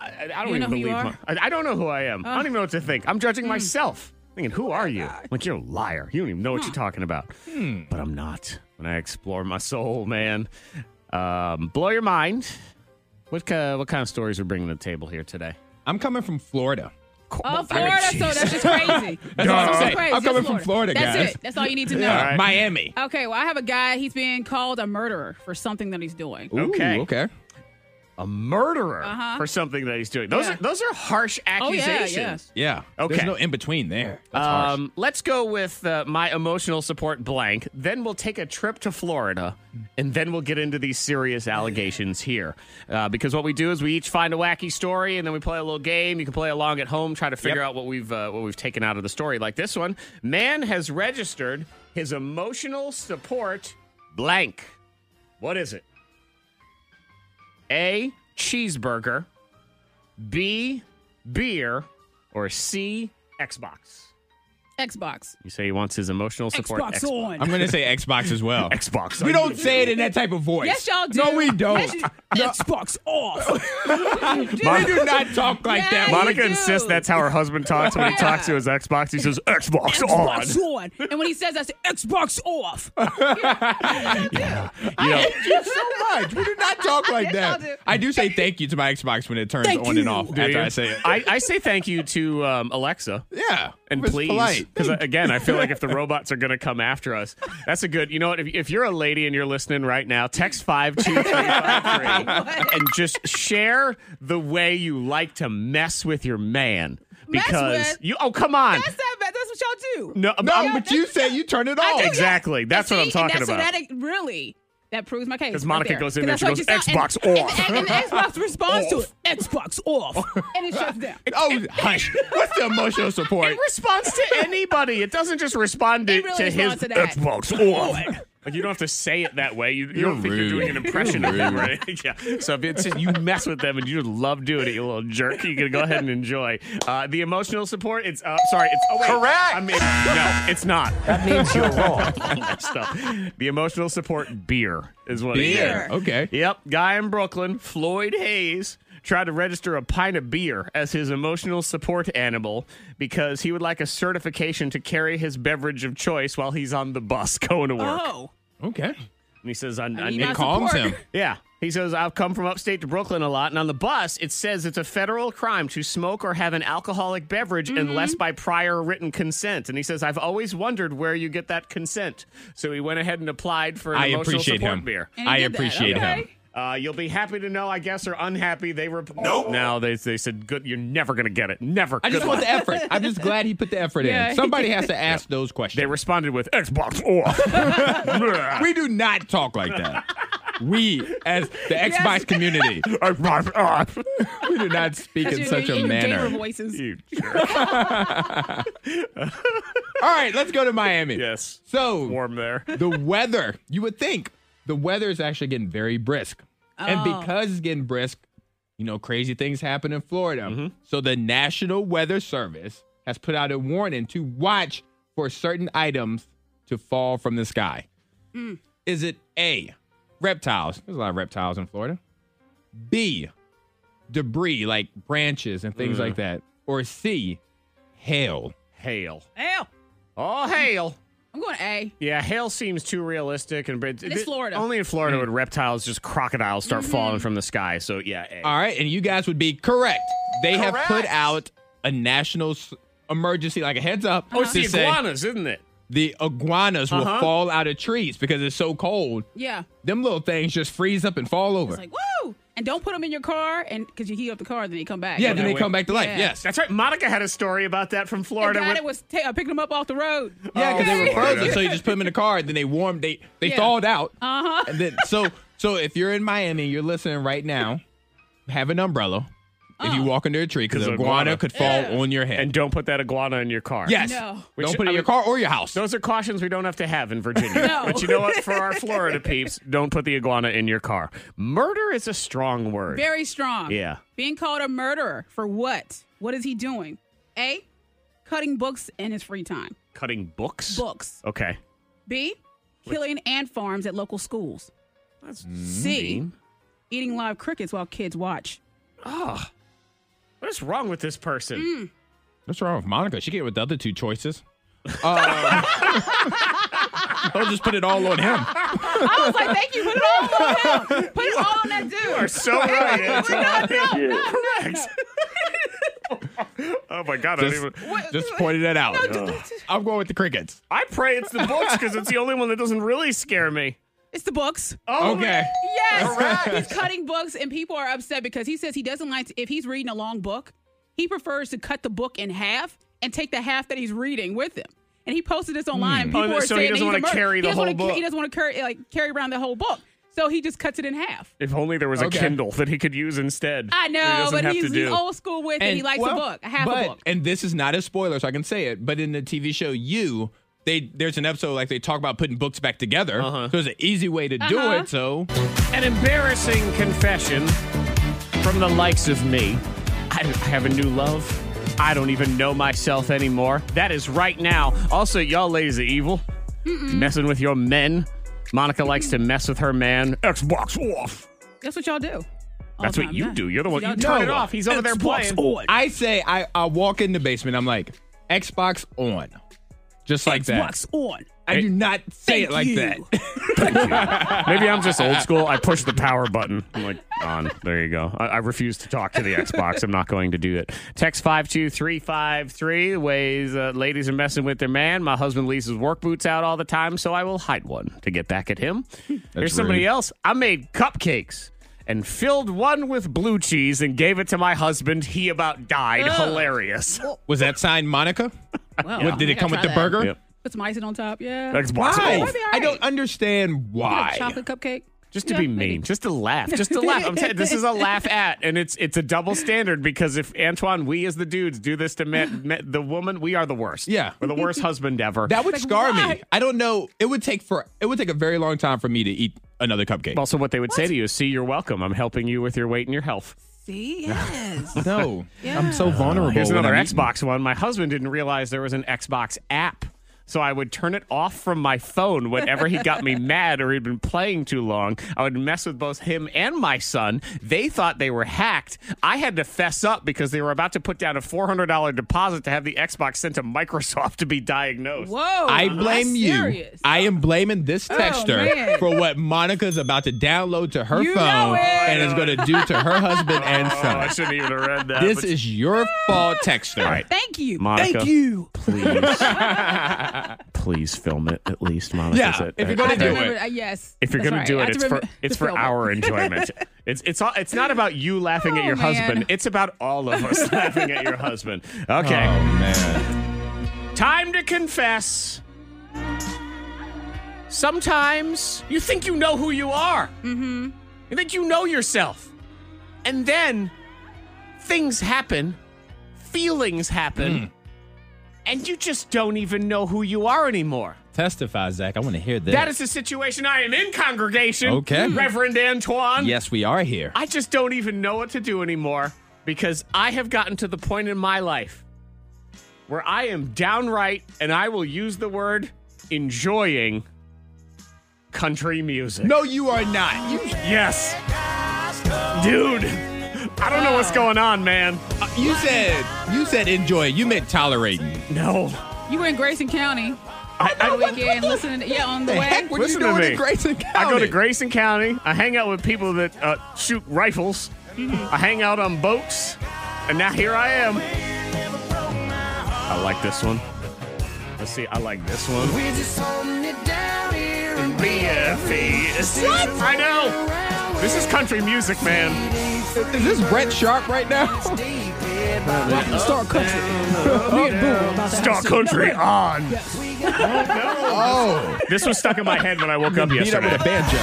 I, I don't You even know who you believe. My, are? Oh. Hmm. I, I don't know who I am. I don't even know what to think. I'm judging myself, thinking, "Who are [laughs] you?" Like you're a liar. You don't even know what you're talking about. Hmm. But I'm not. When I explore my soul, man, um, blow your mind. What kind, what kind of stories are bringing to the table here today? I'm coming from Florida. Oh, Florida, so [laughs] that's just [laughs] crazy. that's all just right. crazy. I'm coming Just from Florida, That's guys. it. That's all you need to know. right. Miami. Okay, well, I have a guy. He's being called a murderer for something that he's doing. Ooh, Okay. okay. A murderer Uh-huh. for something that he's doing. Those Yeah. are those are harsh Oh, yeah, yeah. accusations. Yeah. Okay. There's no in between there. That's harsh. Um, let's go with uh, my emotional support blank. Then we'll take a trip to Florida, and then we'll get into these serious allegations here. Uh, because what we do is we each find a wacky story, and then we play a little game. You can play along at home, try to figure out what we've uh, what we've taken out of the story. Like this one, man has registered his emotional support blank. What is it? A cheeseburger, B beer, or C Xbox. Xbox. You say he wants his emotional support. Xbox, Xbox. on. I'm going to say Xbox as well. [laughs] Xbox. We don't say it in that type of voice. yes, y'all do. No, we Yes, [laughs] don't. you- Xbox off. we do not talk like Yeah, that. you Monica do. insists that's how her husband talks when he [laughs] Yeah. talks to his Xbox. He says Xbox, Xbox on. on. And when he says that, I say, Xbox off. [laughs] You know, you so much. We do not talk Yes, like y'all that. do. I do say thank you to my Xbox when it turns Thank on you. and off do after you? I say it. I, I say thank you to um, Alexa. yeah. And It was please, polite. because again, I feel like [laughs] if the robots are going to come after us, that's a good. You know what? If, if you're a lady and you're listening right now, text five two three [laughs] five three and just share the way you like to mess with your man Mess because with? you. Oh, come on! That's not bad. That's what y'all do. no, No, I'm- but you say you turn it I off. do, yeah. Um, Exactly. That's And what I'm see, talking and that's, so about. that really that proves my case. 'Cause Monica right there. goes in 'Cause there and she that's goes, what you saw, "Xbox and, and, and, and the [laughs] Xbox responds to it. Xbox off, and it shuts down. Oh, hush. What's the emotional support? [laughs] It responds to anybody. It doesn't just respond to, It really to his responds to that. [laughs] Xbox One. Like you don't have to say it that way. You, you You're don't think you're doing rude. an impression of them, You're right? [laughs] yeah. So if it's just, you mess with them and you just love doing it, you little jerk, you can go ahead and enjoy. Uh, the emotional support, it's uh, sorry, it's oh, wait, Correct. I mean, no, it's not. That [laughs] means you're wrong. Stuff. The emotional support beer is what it is. Beer. Okay. [laughs] Yep, guy in Brooklyn, Floyd Hayes, tried to register a pint of beer as his emotional support animal because he would like a certification to carry his beverage of choice while he's on the bus [laughs] going to work. Oh, Okay. And he says, I, I need need my Calms Support. him. yeah. He says, I've come from upstate to Brooklyn a lot, and on the bus, it says it's a federal crime to smoke or have an alcoholic beverage unless by prior written consent. And he says, I've always wondered where you get that consent. So he went ahead and applied for an I emotional appreciate support him. beer. And he I did that. appreciate Okay. him. Uh, you'll be happy to know, I guess, or unhappy. They were No, they, they said, good. You're never going to get it. Never. I just Good want luck." the effort. I'm just glad he put the effort Yeah. in. Somebody [laughs] has to ask those questions. They responded with Xbox oh, or. we do not talk like that. We, as the Xbox [laughs] [laughs] community, Xbox oh." or. we do not speak in You- such you a gave her manner. voices. You jerk. All right, let's go to Miami. Yes. So, Warm there. the weather, you would think the weather is actually getting very brisk. And Oh. because it's getting brisk, you know, crazy things happen in Florida. So the National Weather Service has put out a warning to watch for certain items to fall from the sky. Is it A, reptiles? There's a lot of reptiles in Florida. B, debris like branches and things like that. Or C, hail. Hail. Hell, Oh, hail. I'm going A. Yeah, hail seems too realistic, and but it's Florida. Only in Florida would reptiles, just crocodiles, start falling from the sky. So yeah, eh. All right, and you guys would be correct. They have put out a national s- emergency, like a heads up. oh, it's to the say iguanas, isn't it? the iguanas will Uh-huh. fall out of trees because it's so cold. Yeah. Them little things just freeze up and fall over. It's like woo, and don't put them in your car, and because you heat up the car, then they come back. yeah, then they wait. come back to life. Yeah. Yes. That's right. Monica had a story about that from The Florida. guy when- that was ta- uh, picking them up off the road. Yeah, because they Oh, were frozen, Florida. [laughs] so you just put them in the car, and then they warmed. They they Yeah. Uh-huh. thawed out. Uh huh. And then so so if you're in Miami, you're listening right now, have an umbrella. If Uh-huh. you walk under a tree, because 'Cause an iguana. iguana could fall on your head. and don't put that iguana in your car. yes, No. Which, don't put I it in your mean- car or your house. Those are cautions we don't have to have in Virginia. [laughs] No. But you know what? For our Florida peeps, don't put the iguana in your car. Murder is a strong word. [laughs] Very strong. Yeah. Being called a murderer for what? What is he doing? A, cutting books in his free time. Cutting books? Books. Okay. B, killing ant farms at local schools. That's C, Mm-hmm. mean. eating live crickets while kids [laughs] watch. What is wrong with this person? Mm. What's wrong with Monica? She get with the other two choices. Um, I'll just put it all on him. I was like, thank you. Put it all on him. Put it all on that dude. You are so [laughs] right. It's no, no, no, no. Correct. [laughs] oh my god! I, Just, don't even, What- just pointed that out. No, d- d- I'm going with the crickets. I pray it's the books because it's the only one that doesn't really scare me. It's the books. Oh, okay. Yes. He's cutting books, and people are upset because he says he doesn't like to, if he's reading a long book, he prefers to cut the book in half and take the half that he's reading with him. And he posted this online. and Oh, People are so he saying that doesn't he's wanna a murderer. carry He the doesn't wanna whole ca- book. He doesn't want to carry like carry around the whole book, so he just cuts it in half. If only there was a Okay. Kindle that he could use instead. I He know, doesn't but have he's, to he's do. old school with it. He likes well, a book, half but- a book. And this is not a spoiler, so I can say it. But in the TV show You, they there's an episode like they talk about putting books back together. So there's an easy way to do Uh-huh. it. So An embarrassing confession from the likes of me. I don't- I have a new love. I don't even know myself anymore. That is right now. Also, y'all ladies are evil. Messing with your men. Monica likes to mess with her man. Xbox off. That's what y'all do. all That's the what time, you yeah. do. You're the one. You Y'all turn do. it off. He's over there playing. I say I, I walk in the basement. I'm like Xbox on, just like that. Xbox on. I do not say Thank it like you. that. Maybe I'm just old school. I push the power button. I'm like, on. There you go. I, I refuse to talk to the Xbox. I'm not going to do it. Text 52353 ways uh, ladies are messing with their man. My husband leaves his work boots out all the time, so I will hide one to get back at him. Here's somebody rude. else. I made cupcakes and filled one with blue cheese and gave it to my husband. He about died. Hilarious. Was that signed Monica? Well, What, did I it come gotta with the try that. burger? Yep. Put some icing on top. Yeah. Xbox. Why? That'd be all I don't right. understand Like why. Chocolate cupcake. Just to be mean, just to laugh, just to laugh. I'm saying this is [laughs] a laugh at, and it's it's a double standard because if Antoine, we as the dudes do this to ma- ma- the woman, we are the worst. Yeah. we're the worst husband ever. That would Like, scar why? me. I don't know. It would take for it would take a very long time for me to eat another cupcake. also, what they would say to you is, "See, you're welcome. I'm helping you with your weight and your health." [laughs] See, yes. [laughs] no, Yeah. I'm so vulnerable. Here's when another I'm eating. Xbox one. My husband didn't realize there was an Xbox app. So I would turn it off from my phone whenever he got [laughs] me mad or he'd been playing too long. I would mess with both him and my son. They thought they were hacked. I had to fess up because they were about to put down a $400 deposit to have the Xbox sent to Microsoft to be diagnosed. Whoa. I Oh, I'm blame you. serious. Oh, I am blaming this texter man. for what Monica's about to download to her You know phone it. and is going to do to [laughs] her husband and Oh, I son. shouldn't even have read that. This but- is your fault, texter. Thank you. Monica. you. Please, [laughs] please film it at least, Monica. Yeah, said- if you're gonna I do it. remember, uh, yes. If you're That's gonna right. do I it, have to it's for remember- [laughs] it's to for film it. our [laughs] enjoyment. It's it's all, it's not about you laughing at Oh, your man. husband. It's about all of us [laughs] laughing at your husband. Oh Okay, man. time to confess. Sometimes you think you know who you are. Mm-hmm. You think you know yourself, and then things happen, feelings happen, Hmm. and you just don't even know who you are anymore. Testify, Zach. I want to hear this. That is the situation I am in, congregation. Hmm. Okay. Reverend Antoine. yes, we are here. I just don't even know what to do anymore because I have gotten to the point in my life where I am downright, and I will use the word enjoying country music. no, you are not. You, Yes. Dude, I don't know what's going on, man. you said you said enjoy. You meant tolerating. No. You were in Grayson County I, the I, weekend listening. To, yeah, on the, way. [laughs] heck were Listen to you doing me. in Grayson County? I go to Grayson County. I hang out with people that uh, shoot rifles. Mm-hmm. I hang out on boats. And now here I am. I like this one. Let's see. I like this one. We're just holding What? I know. This is country music, man. Is this Brett Sharp right now? Star Country. Me and Boo about to have Star some- country on. [laughs] Oh, This was stuck in my head when I woke up beat up yesterday. with a banjo.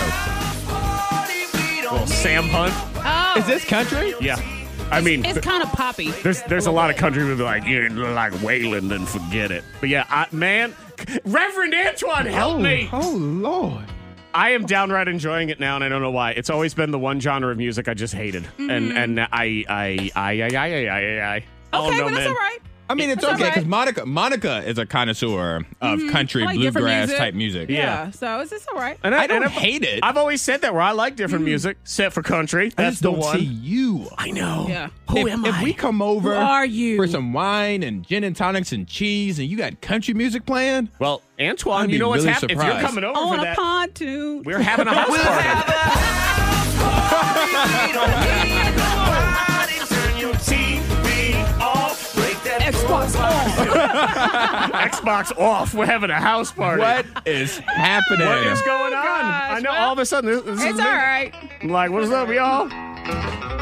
Little Sam Hunt. Oh, Is this country? Yeah. I mean, it's kind of poppy. There's there's a lot of country people like you didn't look like Waylon, then forget it. But yeah, I, man, Reverend Antoine, help me! Oh Lord. I am downright enjoying it now, and I don't know why. It's always been the one genre of music I just hated, Mm-hmm. and and I I I I I I I. I oh, Okay, no, man. but that's all right. I mean, it's That's okay all right. because Monica Monica is a connoisseur of country Mm-hmm. I like different bluegrass music. type music. Yeah. So is this all right? And I don't and I've- hate it. Mm. I've always said that where I like different music, except for country. I That's just the don't one. see you. I know. Yeah. Who if, am if I? we come over Who are you? for some wine and gin and tonics and cheese, and you got country music playing, well, Antoine, I'd you be know what's really happening? If you're surprised. coming over for on a that, pontoon. we're having a house party. Xbox [laughs] on. Xbox off. We're having a house party. what [laughs] is happening? What is going on? Oh, gosh, I know well, all of a sudden this, this is It's me. all right. I'm like, what's up, y'all?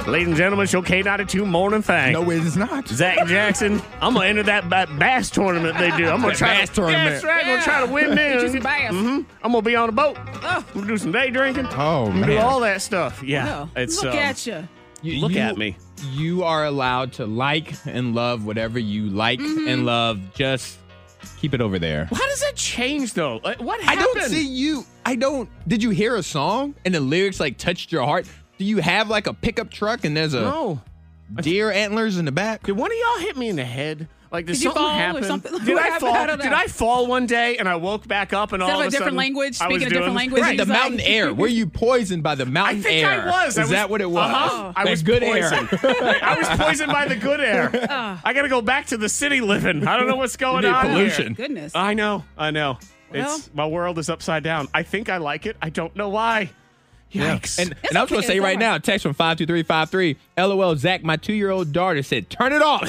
Ladies and gentlemen, it's your K92 morning thing. no, it is not. Zach Jackson, I'm gonna enter that ba- bass tournament they do. I'm gonna That try bass to, tournament. Yeah, that's right. I'm gonna try to win Get you this. some bass. Oh. Mhm. I'm gonna be on a boat. I'm gonna do some day drinking. Oh, I'm gonna do man. all that stuff. Yeah, Oh, it's look um, at you. You- Look you- at me. You are allowed to like and love whatever you like Mm-hmm. and love. Just keep it over there. How does that change though? Like, What I happened? don't see you. I don't. Did you hear a song and the lyrics like touched your heart? Do you have like a pickup truck and there's a No. deer antlers in the back? Did one of y'all hit me in the head? Like, did, Did you something fall or happen? something? [laughs] What Did I happened? fall? I don't did know. I fall one day and I woke back up and Instead all of of a different language, I was speaking a doing different this- language. Right. Is it the He's like- mountain air? Were you poisoned by the mountain I think air? I was. Is I was, that what it was? Uh-huh. I That was good [laughs] poisoned. air. I was poisoned by the good [laughs] air. Uh. I got to go back to the city living. I don't know what's going need on. pollution. here. Goodness. I know. I know. it's Well. my world is upside down. I think I like it. I don't know why. Yikes. And, and I was okay, going to say it's right all now, text from 52353, LOL, Zach, my two year old daughter said, turn it off.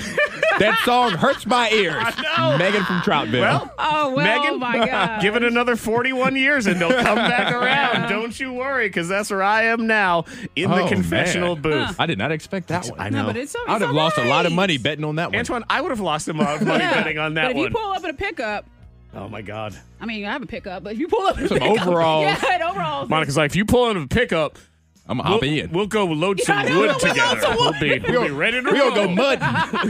that song hurts my ears. I know. Megan from Troutville. well, Oh well. Megan, oh my [laughs] God. give it another 41 years and they'll come [laughs] back around. Don't you worry, because that's where I am now in the Oh, confessional man. booth. I did not expect that one. I I, know. No, but it's, it's would have all lost a lot of right. money betting on that one. Antoine, I would have lost a lot of money Yeah. betting on that but if one. you pull up in a pickup Oh my God. I mean, I have a pickup, but if you pull up in Some a pickup- [laughs] overalls. yeah, an overalls. Monica's like, if you pull in a pickup, I'm gonna we'll, hop in. [laughs] we'll go load some Yeah, I know, wood we'll load together. some We'll wood. be, we'll be ready to We'll roll. go mud.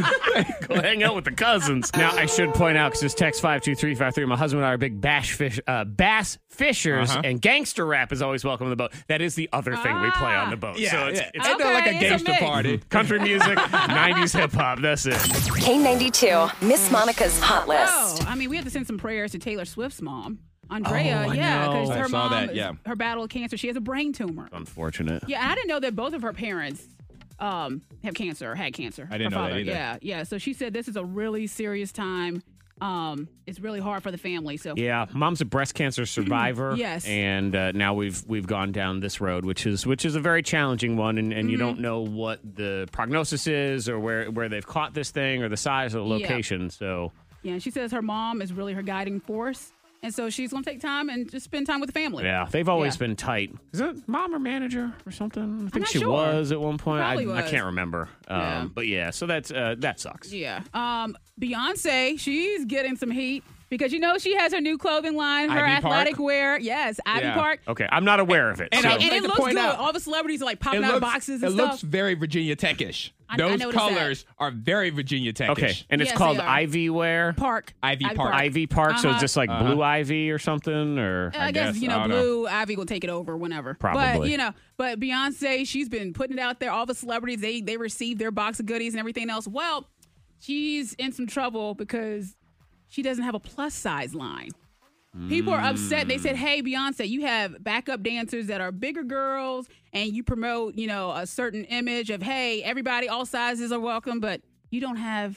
Go hang out with the [laughs] cousins. Now, I should point out because this text five two three five three. My husband and I are big bash fish, uh, bass fishers, Uh-huh. and gangster rap is always welcome on the boat. That is the other thing we play on the Uh-huh. boat. so it's, it's Ain't that like a Okay, it's a gangster mix. party. country music, [laughs] nineties hip hop. That's it. K92, Miss Monica's Hot Oh, List. I mean, we have to send some prayers to Taylor Swift's mom, Andrea. Oh, I yeah, know. because I her saw mom, that, is- yeah. her battle with cancer. She has a brain tumor. Unfortunate. Yeah, and I didn't know that both of her parents um, have cancer or had cancer. I didn't her know that father. either. Yeah, yeah. So she said this is a really serious time. Um, it's really hard for the family. So Yeah, mom's a breast cancer survivor. [laughs] Yes. and uh, now we've we've gone down this road, which is which is a very challenging one, and, and Mm-hmm. you don't know what the prognosis is or where where they've caught this thing or the size or the Yeah. location. So yeah, and she says her mom is really her guiding force, and so she's gonna take time and just spend time with the family. yeah, they've always Yeah. been tight. Is that mom or manager or something? I think not she sure. was at one point. I, Probably I was. can't remember. Um, Yeah. But yeah, so that's uh, that sucks. Yeah. Um, Beyonce, she's getting some heat because you know she has her new clothing line, her Ivy Park? athletic wear. Yes, Ivy Yeah. Park. Okay, I'm not aware of it. And so- I- And Like it to looks point good. out, All the celebrities are like popping out of boxes and it stuff. looks very Virginia Techish. I- I Those noticed that. colors are very Virginia Techish. okay, and it's Yes, they called are. Ivy Wear. Park. Ivy Park. Ivy Park, so it's Uh-huh. Uh, just like blue ivy or something, or I, guess, guess. you I know don't know. blue Ivy will take it over whenever. But Probably. you know, but Beyonce, she's been putting it out there. All the celebrities they they receive their box of goodies and everything else. Well, she's in some trouble because she doesn't have a plus size line. People are upset. They said, "Hey, Beyonce, you have backup dancers that are bigger girls, and you promote, you know, a certain image of hey, everybody, all sizes are welcome, but you don't have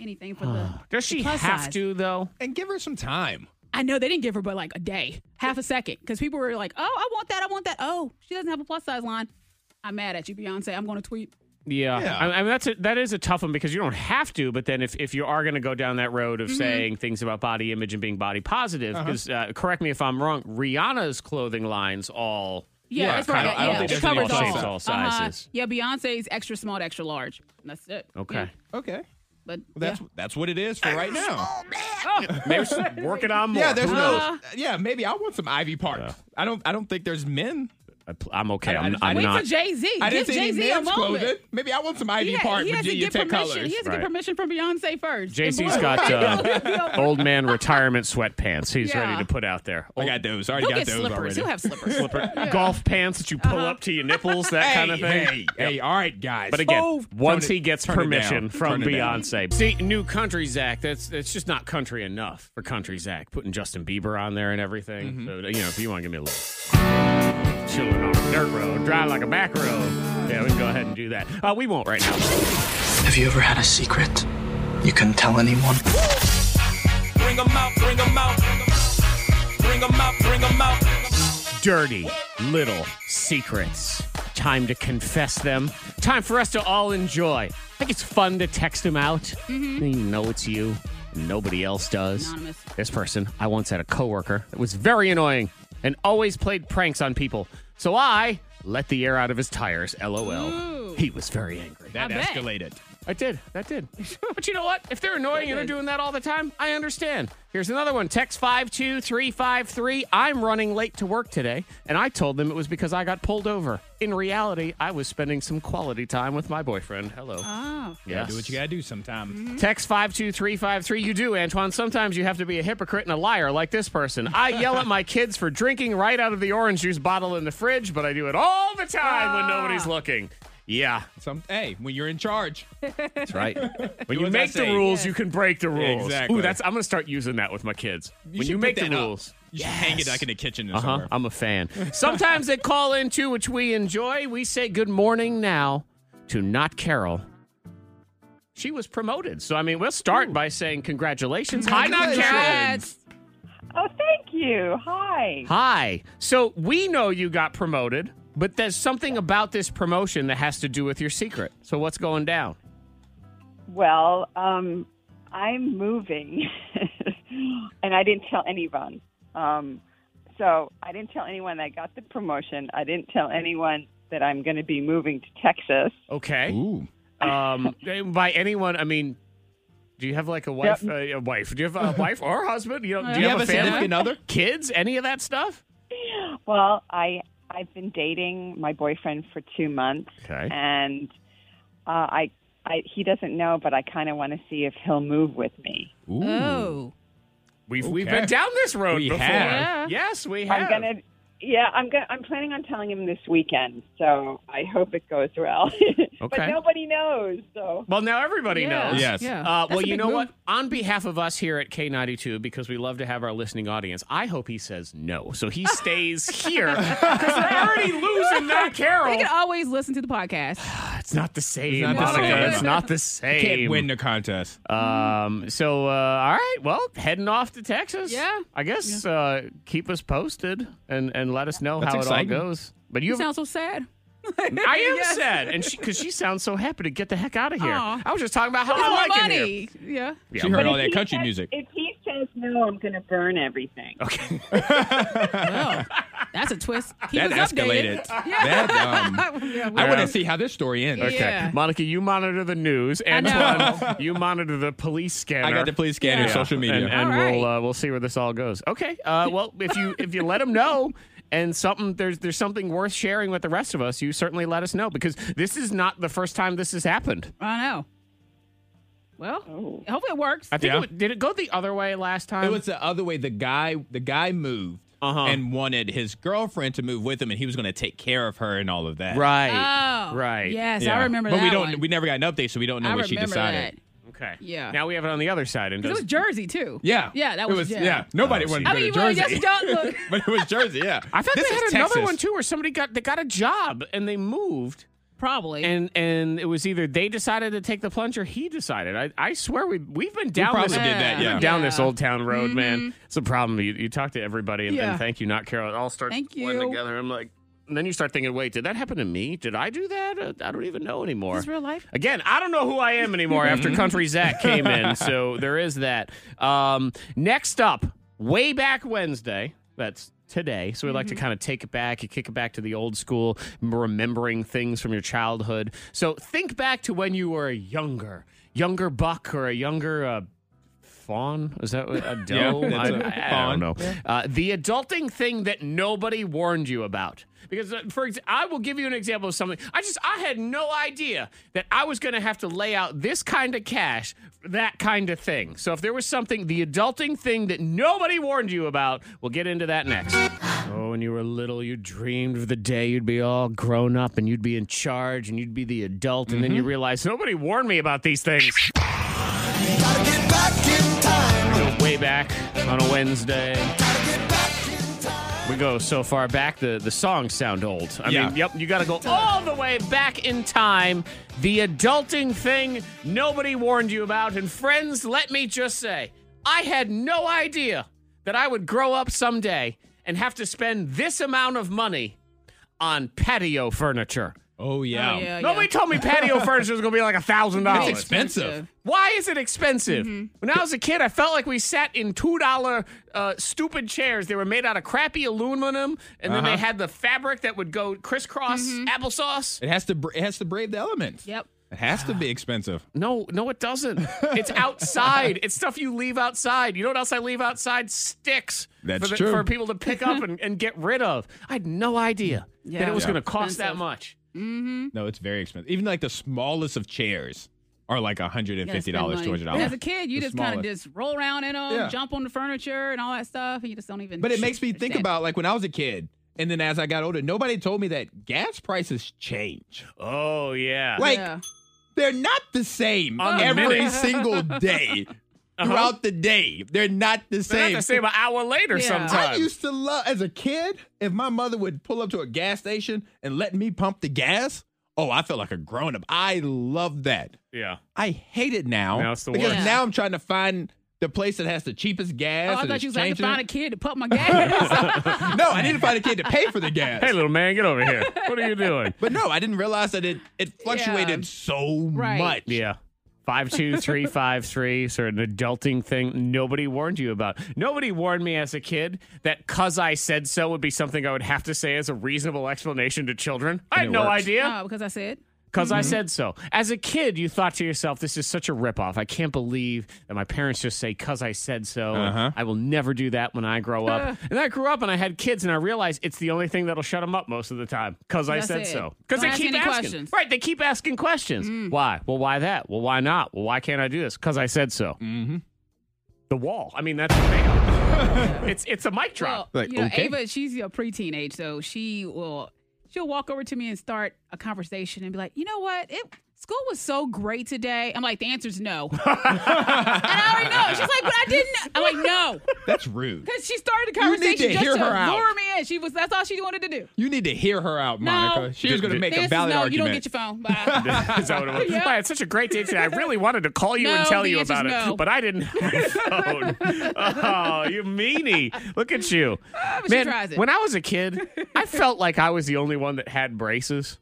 anything for the." Does she plus have size. to though? And give her some time. I know they didn't give her but like a day, half a second, because people were like, "Oh, I want that, I want that." Oh, she doesn't have a plus size line. I'm mad at you, Beyonce. I'm going to tweet. Yeah, Yeah. I, I mean that's a, that is a tough one because you don't have to, but then if, if you are going to go down that road Mm-hmm. of saying things about body image and being body positive, Uh-huh. because uh correct me if I'm wrong, Rihanna's clothing lines all Yeah, Yeah, that's right. I don't- I yeah, don't think it there's covers any all, shapes, all Uh-huh. sizes. Yeah, Beyonce's extra small, to extra large. That's it. okay. Yeah, Okay. but That's yeah. that's what it is for right now. Maybe [laughs] she's working on more. Yeah, there's Who knows? no. Yeah, maybe I want some Ivy Park. I don't. I don't think there's men. I pl- I'm okay. I- I'm, I- I'm wait not. for Jay Z. I Give didn't see Jay any Z a men's clothing. moment. Maybe I want some Ivy He, ha- Park he has to Virginia get Tech permission. colors. He has to Right. get permission from Beyonce first. Jay Z's And boy, [laughs] got he'll uh, be old man retirement sweatpants. He's Yeah. ready to put out there. I Old got those. I already He'll got get those slippers. already. He'll [laughs] have slippers. Slipper. [laughs] golf pants that you pull Uh-huh. up to your nipples, that hey, kind of thing. Hey, Yep. hey, all right, guys. But again, Oh, once turn it- he gets turn it permission down. from Turn it down. Beyonce, see, new country Zach. That's that's just not country enough for country Zach. Putting Justin Bieber on there and everything. So you know, if you want to give me a little chilling on a dirt road, drive like a back road. Yeah, we can go ahead and do that. Uh, we won't right now. Have you ever had a secret you couldn't tell anyone? Bring 'em out, bring 'em out. Bring 'em out, bring 'em out. Dirty little secrets. Time to confess them. Time for us to all enjoy. I think it's fun to text them out. You know it's you. Nobody else does. Anonymous. This person, I once had a coworker that was very annoying and always played pranks on people. So I let the air out of his tires, lol. He was very angry. That I bet. escalated. I did. That did. [laughs] but you know what? If they're annoying and they're doing that all the time, I understand. Here's another one. Text 52353. I'm running late to work today, and I told them it was because I got pulled over. In reality, I was spending some quality time with my boyfriend. Hello. Oh. yeah. Do what you gotta do sometimes. Text 52353. You do, Antoine. Sometimes you have to be a hypocrite and a liar like this person. I yell at my kids for drinking right out of the orange juice bottle in the fridge, but I do it all the time when nobody's looking. Yeah, [laughs] Some hey, when you're in charge. that's [laughs] right. When you as I make the say. rules, you can break the Yeah, rules. exactly. Ooh, that's I'm gonna start using that with my kids. when should you put make the that up. rules. You should hang it like in the kitchen or Uh huh. somewhere. I'm a fan. Sometimes they call in too, which we enjoy. We say good morning now to not Carol. She was promoted. So I mean, we'll start by saying congratulations. Hi, not Carol. Congrats. Oh, thank you. Hi. Hi. So we know you got promoted, but there's something about this promotion that has to do with your secret. So what's going down? Well, um, I'm [laughs] moving, and I didn't tell anyone. Um, so I didn't tell anyone I got the promotion. I didn't tell anyone that I'm going to be moving to Texas. Okay. Ooh. Um, by anyone, I mean Do you have like a wife? Uh, a wife? Do you have a wife or a husband? You know, do you, have, a family? significant other? Kids? Any of that stuff? Well, I I've been dating my boyfriend for two months, Okay. and uh, I, I he doesn't know, but I kind of want to see if he'll move with me. Oh. We've we've Okay. been down this road We before. have. Yeah. Yes, we have. I'm gonna. Yeah, I'm gonna. I'm planning on telling him this weekend, so I hope it goes well. [laughs] Okay. but nobody knows, so. Well, now everybody Yeah. knows. Yes. Yeah. Uh, That's well, a you big know move. what? On behalf of us here at K92, because we love to have our listening audience, I hope he says no. [laughs] So he stays here. Because they're already losing that Carol. They can always listen to the podcast. It's not the same. not the Monica. same. It's not the You same. can't win the contest. Um, so, uh, all right. Well, heading off to Texas. Mm. Yeah. I guess uh, keep us posted and, and let us know That's how exciting. it all goes. But You you sound so sad. [laughs] I [laughs] am sad, and she because she sounds so happy to get the heck out of here. Aw. I was just talking about how It's I like it here. money. Yeah. Yeah, She but heard all if that he country says- music. If he says no, I'm going to burn everything. Okay. That's a twist. That us updated. escalated. That, [laughs] um, Yeah, I we- want to see how this story ends. Okay, Monica, you monitor the news. Antoine, you monitor the police scanner. I got the police scanner, social media. and, and All right. we'll uh, we'll see where this all goes. Okay, uh, well, if you if you let them know. And something there's there's something worth sharing with the rest of us. You certainly let us know because this is not the first time this has happened. I know. Well, Oh. hopefully it works. I think it w- did it go the other way last time? It was the other way. The guy, the guy moved Uh-huh. and wanted his girlfriend to move with him, and he was going to take care of her and all of that. Right. Oh. Right. Yes, I remember But we that don't. one. We never got an update, so we don't know I what she remember decided. Okay. Yeah. Now we have it on the other side. And Because it was does- Jersey too. Yeah. Yeah, that It was, was- yeah. Nobody wanted to I go mean, to well, Jersey. yes, [laughs] don't look. but it was Jersey. Yeah. Oh, I thought This they is had another Texas. one too, where somebody got they got a job and they moved. Probably. And and it was either they decided to take the plunge or he decided. I, I swear we we've been down probably this did that, we've been yeah. down this old town road, man. It's a problem. You, you talk to everybody and, Yeah. and thank you, not Carol. It all starts Thank blending you. together. I'm like, and then you start thinking, wait, did that happen to me? Did I do that? Uh, I don't even know anymore. Is this real life? Again, I don't know who I am anymore after Country Zach came in, so there is that. Um, next up, way back Wednesday. That's today. So we Mm-hmm. like to kind of take it back, you kick it back to the old school, remembering things from your childhood. So think back to when you were a younger, younger buck or a younger uh, fawn. Is that what- a [laughs] doe? that's I a I- I fawn. don't know. Uh, the adulting thing that nobody warned you about. Because, uh, for ex- I will give you an example of something. I just, I had no idea that I was going to have to lay out this kind of cash for that kind of thing. So, if there was something, the adulting thing that nobody warned you about, we'll get into that [gasps] next. Oh, when you were little, you dreamed of the day you'd be all grown up and you'd be in charge and you'd be the adult. And Mm-hmm. then you realize nobody warned me about these things. Go way back on a Wednesday. We go so far back, the, the songs sound old. I Yeah. mean, yep, you got to go all the way back in time. The adulting thing nobody warned you about. And friends, let me just say, I had no idea that I would grow up someday and have to spend this amount of money on patio furniture. Oh yeah. Um, Nobody told me [laughs] patio furniture was going to be like a thousand dollars. It's expensive. Mm-hmm. Why is it expensive? When I was a kid, I felt like we sat in two dollar uh, stupid chairs. They were made out of crappy aluminum, and then Uh-huh. they had the fabric that would go crisscross Mm-hmm. applesauce. It has to. br- It has to brave the elements. Yep. It has to be expensive. No, no, it doesn't. [laughs] It's outside. it's stuff you leave outside. You know what else I leave outside? Sticks. That's for the- true. For people to pick up and, and get rid of. I had no idea that Yeah. it was Yeah. going to cost that Expensive. much. Mm-hmm. No, it's very expensive. Even like the smallest of chairs are like hundred and fifty dollars, two hundred dollars. As a kid, you The just kind of smallest. just roll around in them, Yeah. jump on the furniture and all that stuff, and you just don't even. But it makes me think understand. about like when I was a kid, and then as I got older, nobody told me that gas prices change. Oh yeah. Like Yeah. they're not the same On the every minute. single day. Throughout the day, they're not the They're same. not the same an hour later Yeah. sometimes. I used to love as a kid if my mother would pull up to a gas station and let me pump the gas. Oh, I felt like a grown up. I love that. yeah. I hate it now, Now it's the because worst. now I'm trying to find the place that has the cheapest gas. Oh, I and thought it's you was like to changing find a it. kid to pump my [laughs] gas. [laughs] no, I need to find a kid to pay for the gas. Hey, little man, get over here. What [laughs] are you doing? But no, I didn't realize that it it fluctuated so Right. much. Yeah. 52353, sort of an adulting thing nobody warned you about. Nobody warned me as a kid that because I said so would be something I would have to say as a reasonable explanation to children. I And had it no works. idea. Oh, because I said because I said so. As a kid, you thought to yourself, this is such a ripoff. I can't believe that my parents just say, because I said so. and Uh-huh. I will never do that when I grow [laughs] up. and I grew up and I had kids, and I realized it's the only thing that'll shut them up most of the time because I That's said it. so. Because they Don't ask keep any asking. questions. Mm. Right. They keep asking questions. Why? Well, why that? Well, why not? Well, why can't I do this? Because I said so. Mm-hmm. The wall. I mean, that's the thing. it's, it's a mic drop. Well, you know, Ava, she's a pre-teenage, so she will she'll walk over to me and start a conversation and be like, "You know what? It school was so great today." I'm like, "The answer's no." and I already know. She's like, "But I didn't." I'm like, "No," [laughs] That's rude. because she started a You need to conversation just hear to her out. lure me in. She was that's all she wanted to do. You need to hear her out, Monica. No. She was going to The make a answer's valid no, argument. You don't get your [laughs] phone. Bye. [laughs] Is that what it was? Yeah. Wow, it's such a great day today. I really wanted to call you and No, tell the you answer's about no. it, but I didn't have my [laughs] phone. Oh, you meanie. Look at you. Ah, but she Man, tries it. when I was a kid, I felt like I was the only one that had braces.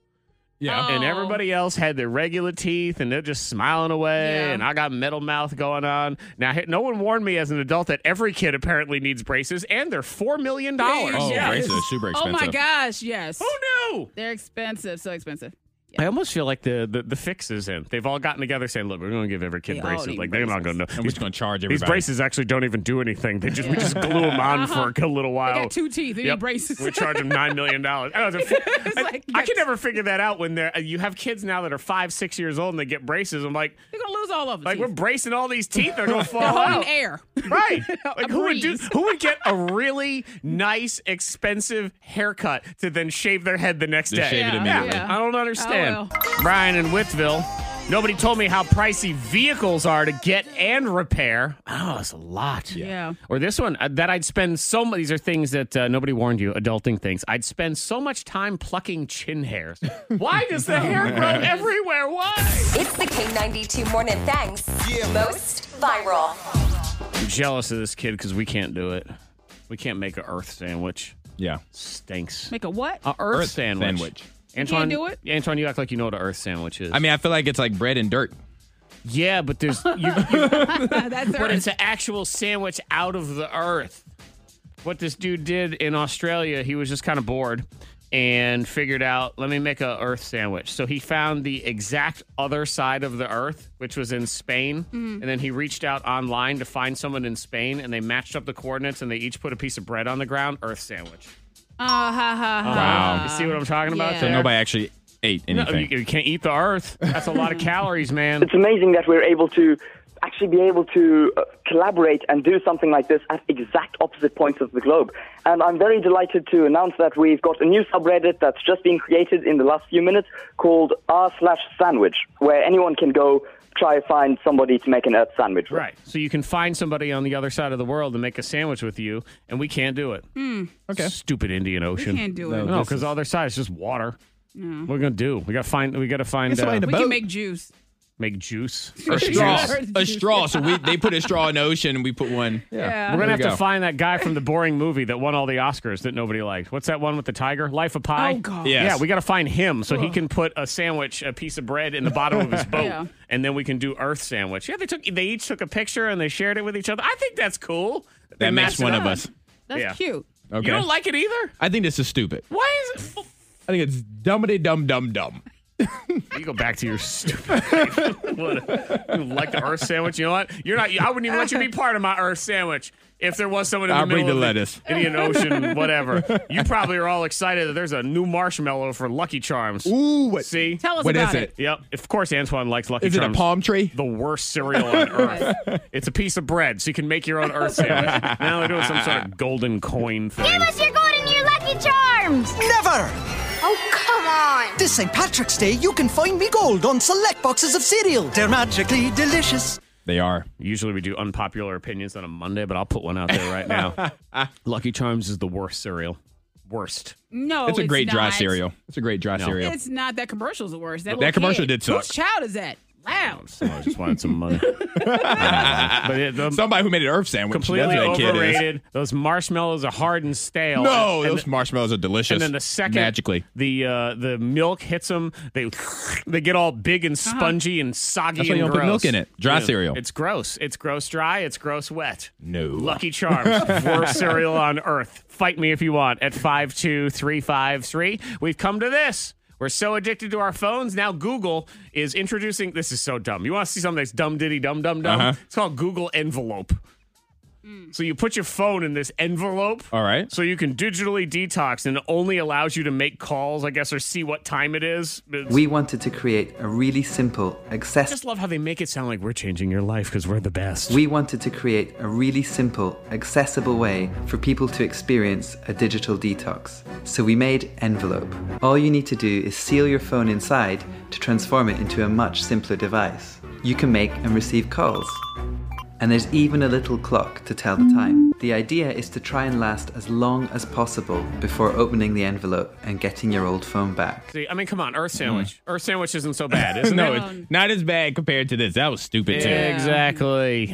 Yeah. Oh. And everybody else had their regular teeth and they're just smiling away. Yeah. And I got metal mouth going on. Now, he- no one warned me as an adult that every kid apparently needs braces and they're $4 million. Oh, braces are super Oh expensive. my gosh, yes. Oh, no. They're expensive, so expensive. I almost feel like the, the the fix is in. They've all gotten together saying, "Look, we're going to give every kid They all braces. need Like they're not going to know. And we're just going to charge These everybody. braces actually don't even do anything. They just we just glue them on Uh-huh. for a little while. [laughs] They got two teeth. They Yep. need braces. We charge them nine million dollars. I, was a- [laughs] I- like, I can never figure that out when they're uh, you have kids now that are five, six years old and they get braces. I'm like, [laughs] They're gonna lose all of them. like we're bracing all these teeth. They're going to fall [laughs] They're out. holding air. [laughs] Right. Like who would do, breeze. who would get a really nice, expensive haircut to then shave their head the next Just day? shave it Yeah. immediately. I don't understand. Oh, Brian in Whitville. Nobody told me how pricey vehicles are to get and repair. Oh, it's a lot. Yeah. Or this one uh, that I'd spend so much. These are things that uh, nobody warned you. Adulting things. I'd spend so much time plucking chin hairs. [laughs] Why does the Oh, hair grow everywhere? Why? It's the K92 Morning Thangs most viral. I'm jealous of this kid because we can't do it. We can't make an Earth sandwich. Yeah. Stinks. Make a [laughs] what? A Earth, Earth sandwich. sandwich. You can't Antoine, do it? Antoine, you act like you know what an Earth sandwich is. I mean, I feel like it's like bread and dirt. yeah, but there's [laughs] you, you That's but it's an actual sandwich out of the earth. What this dude did in Australia, he was just kind of bored and figured out, let me make a earth sandwich. So he found the exact other side of the earth, which was in Spain, Mm-hmm. and then he reached out online to find someone in Spain and they matched up the coordinates and they each put a piece of bread on the ground, earth sandwich. Ah, ha, ha, ha. You see what I'm talking about? Yeah. So there? nobody actually ate No, anything. you, you can't eat the earth. That's [laughs] a lot of calories, man. It's amazing that we're able to actually be able to uh, collaborate and do something like this at exact opposite points of the globe. And I'm very delighted to announce that we've got a new subreddit that's just been created in the last few minutes called r slash sandwich, where anyone can go try and find somebody to make an earth sandwich. with. Right. So you can find somebody on the other side of the world and make a sandwich with you, and we can't do it. okay. Stupid Indian Ocean. Hmm. can't do it. No, because all their side is just water. No. What are we gonna do? We gotta find. We gotta find. Get somebody Uh, to We Boat. can make juice. make [laughs] juice. A [laughs] straw. Juice. a straw. So we they put a straw in the ocean and we put one. Yeah. We're There gonna have we to go. find that guy from the boring movie that won all the Oscars that nobody liked. What's that one with the tiger? Life of Pi. Oh, God. Yes. Yeah, we gotta find him so he can put a sandwich, a piece of bread in the bottom of his boat, Yeah. and then we can do Earth sandwich. Yeah, they took. They each took a picture and they shared it with each other. I think that's cool. They That matched makes it one of up. us. That's Yeah. cute. Okay. You don't like it either? I think this is stupid. Why is it? I think it's dumbity dum dum dum. You go back to your stupid. life. [laughs] what a- you like the Earth sandwich? You know what? You're not. I wouldn't even let you be part of my Earth sandwich if there was someone in the I'll bring middle the of lettuce. Indian Ocean, whatever. You probably are all excited that there's a new marshmallow for Lucky Charms. Ooh, what, See? Tell us what about is it? Yep. Of course, Antoine likes Lucky Is it a Charms. palm tree? The worst cereal on earth. it's a piece of bread, so you can make your own Earth sandwich. now they're doing some sort of golden coin thing. Give us your golden year lucky charms. Never! Oh, come on. This St. Patrick's Day, you can find me gold on select boxes of cereal. They're magically delicious. They are. Usually we do unpopular opinions on a Monday, but I'll put one out there right now. Lucky Charms is the worst cereal. Worst. No, it's a great dry not. cereal. It's a great dry cereal. It's not that commercial's the worst. That, That little commercial kid. did suck. Whose child is that? Loud. So I just wanted some money. but it, the- Somebody who made an earth sandwich. completely That's what that kid is. overrated. Those marshmallows are hard and stale. No, and, those marshmallows are delicious. and then the second magically. the uh, the milk hits them, they [laughs] they get all big and spongy and soggy. That's why and you don't put gross. milk in it. Dry cereal. It's gross. It's gross dry. It's gross wet. No. Lucky [laughs] Charms, worst cereal on earth. Fight me if you want at 52353. We've come to this. We're so addicted to our phones. Now Google is introducing this is so dumb. You want to see something that's dumb diddy dum dum dum? Uh-huh. It's called Google Envelope. So you put your phone in this envelope. All [laughs] right. So you can digitally detox and it only allows you to make calls, I guess, or see what time it is. It's- We wanted to create a really simple, I accessible. just love how they make it sound like we're changing your life because we're the best. We wanted to create a really simple, accessible way for people to experience a digital detox. So we made Envelope. All you need to do is seal your phone inside to transform it into a much simpler device. You can make and receive calls. And there's even a little clock to tell the time. The idea is to try and last as long as possible before opening the envelope and getting your old phone back. See, I mean, come on, Earth Mm. Sandwich. Earth Sandwich isn't so bad, isn't [laughs] no, it? it's not as bad compared to this. That was stupid too. Yeah. Exactly.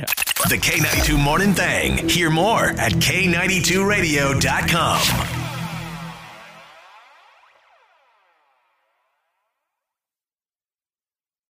The K92 Morning Thing. Hear more at K92Radio.com.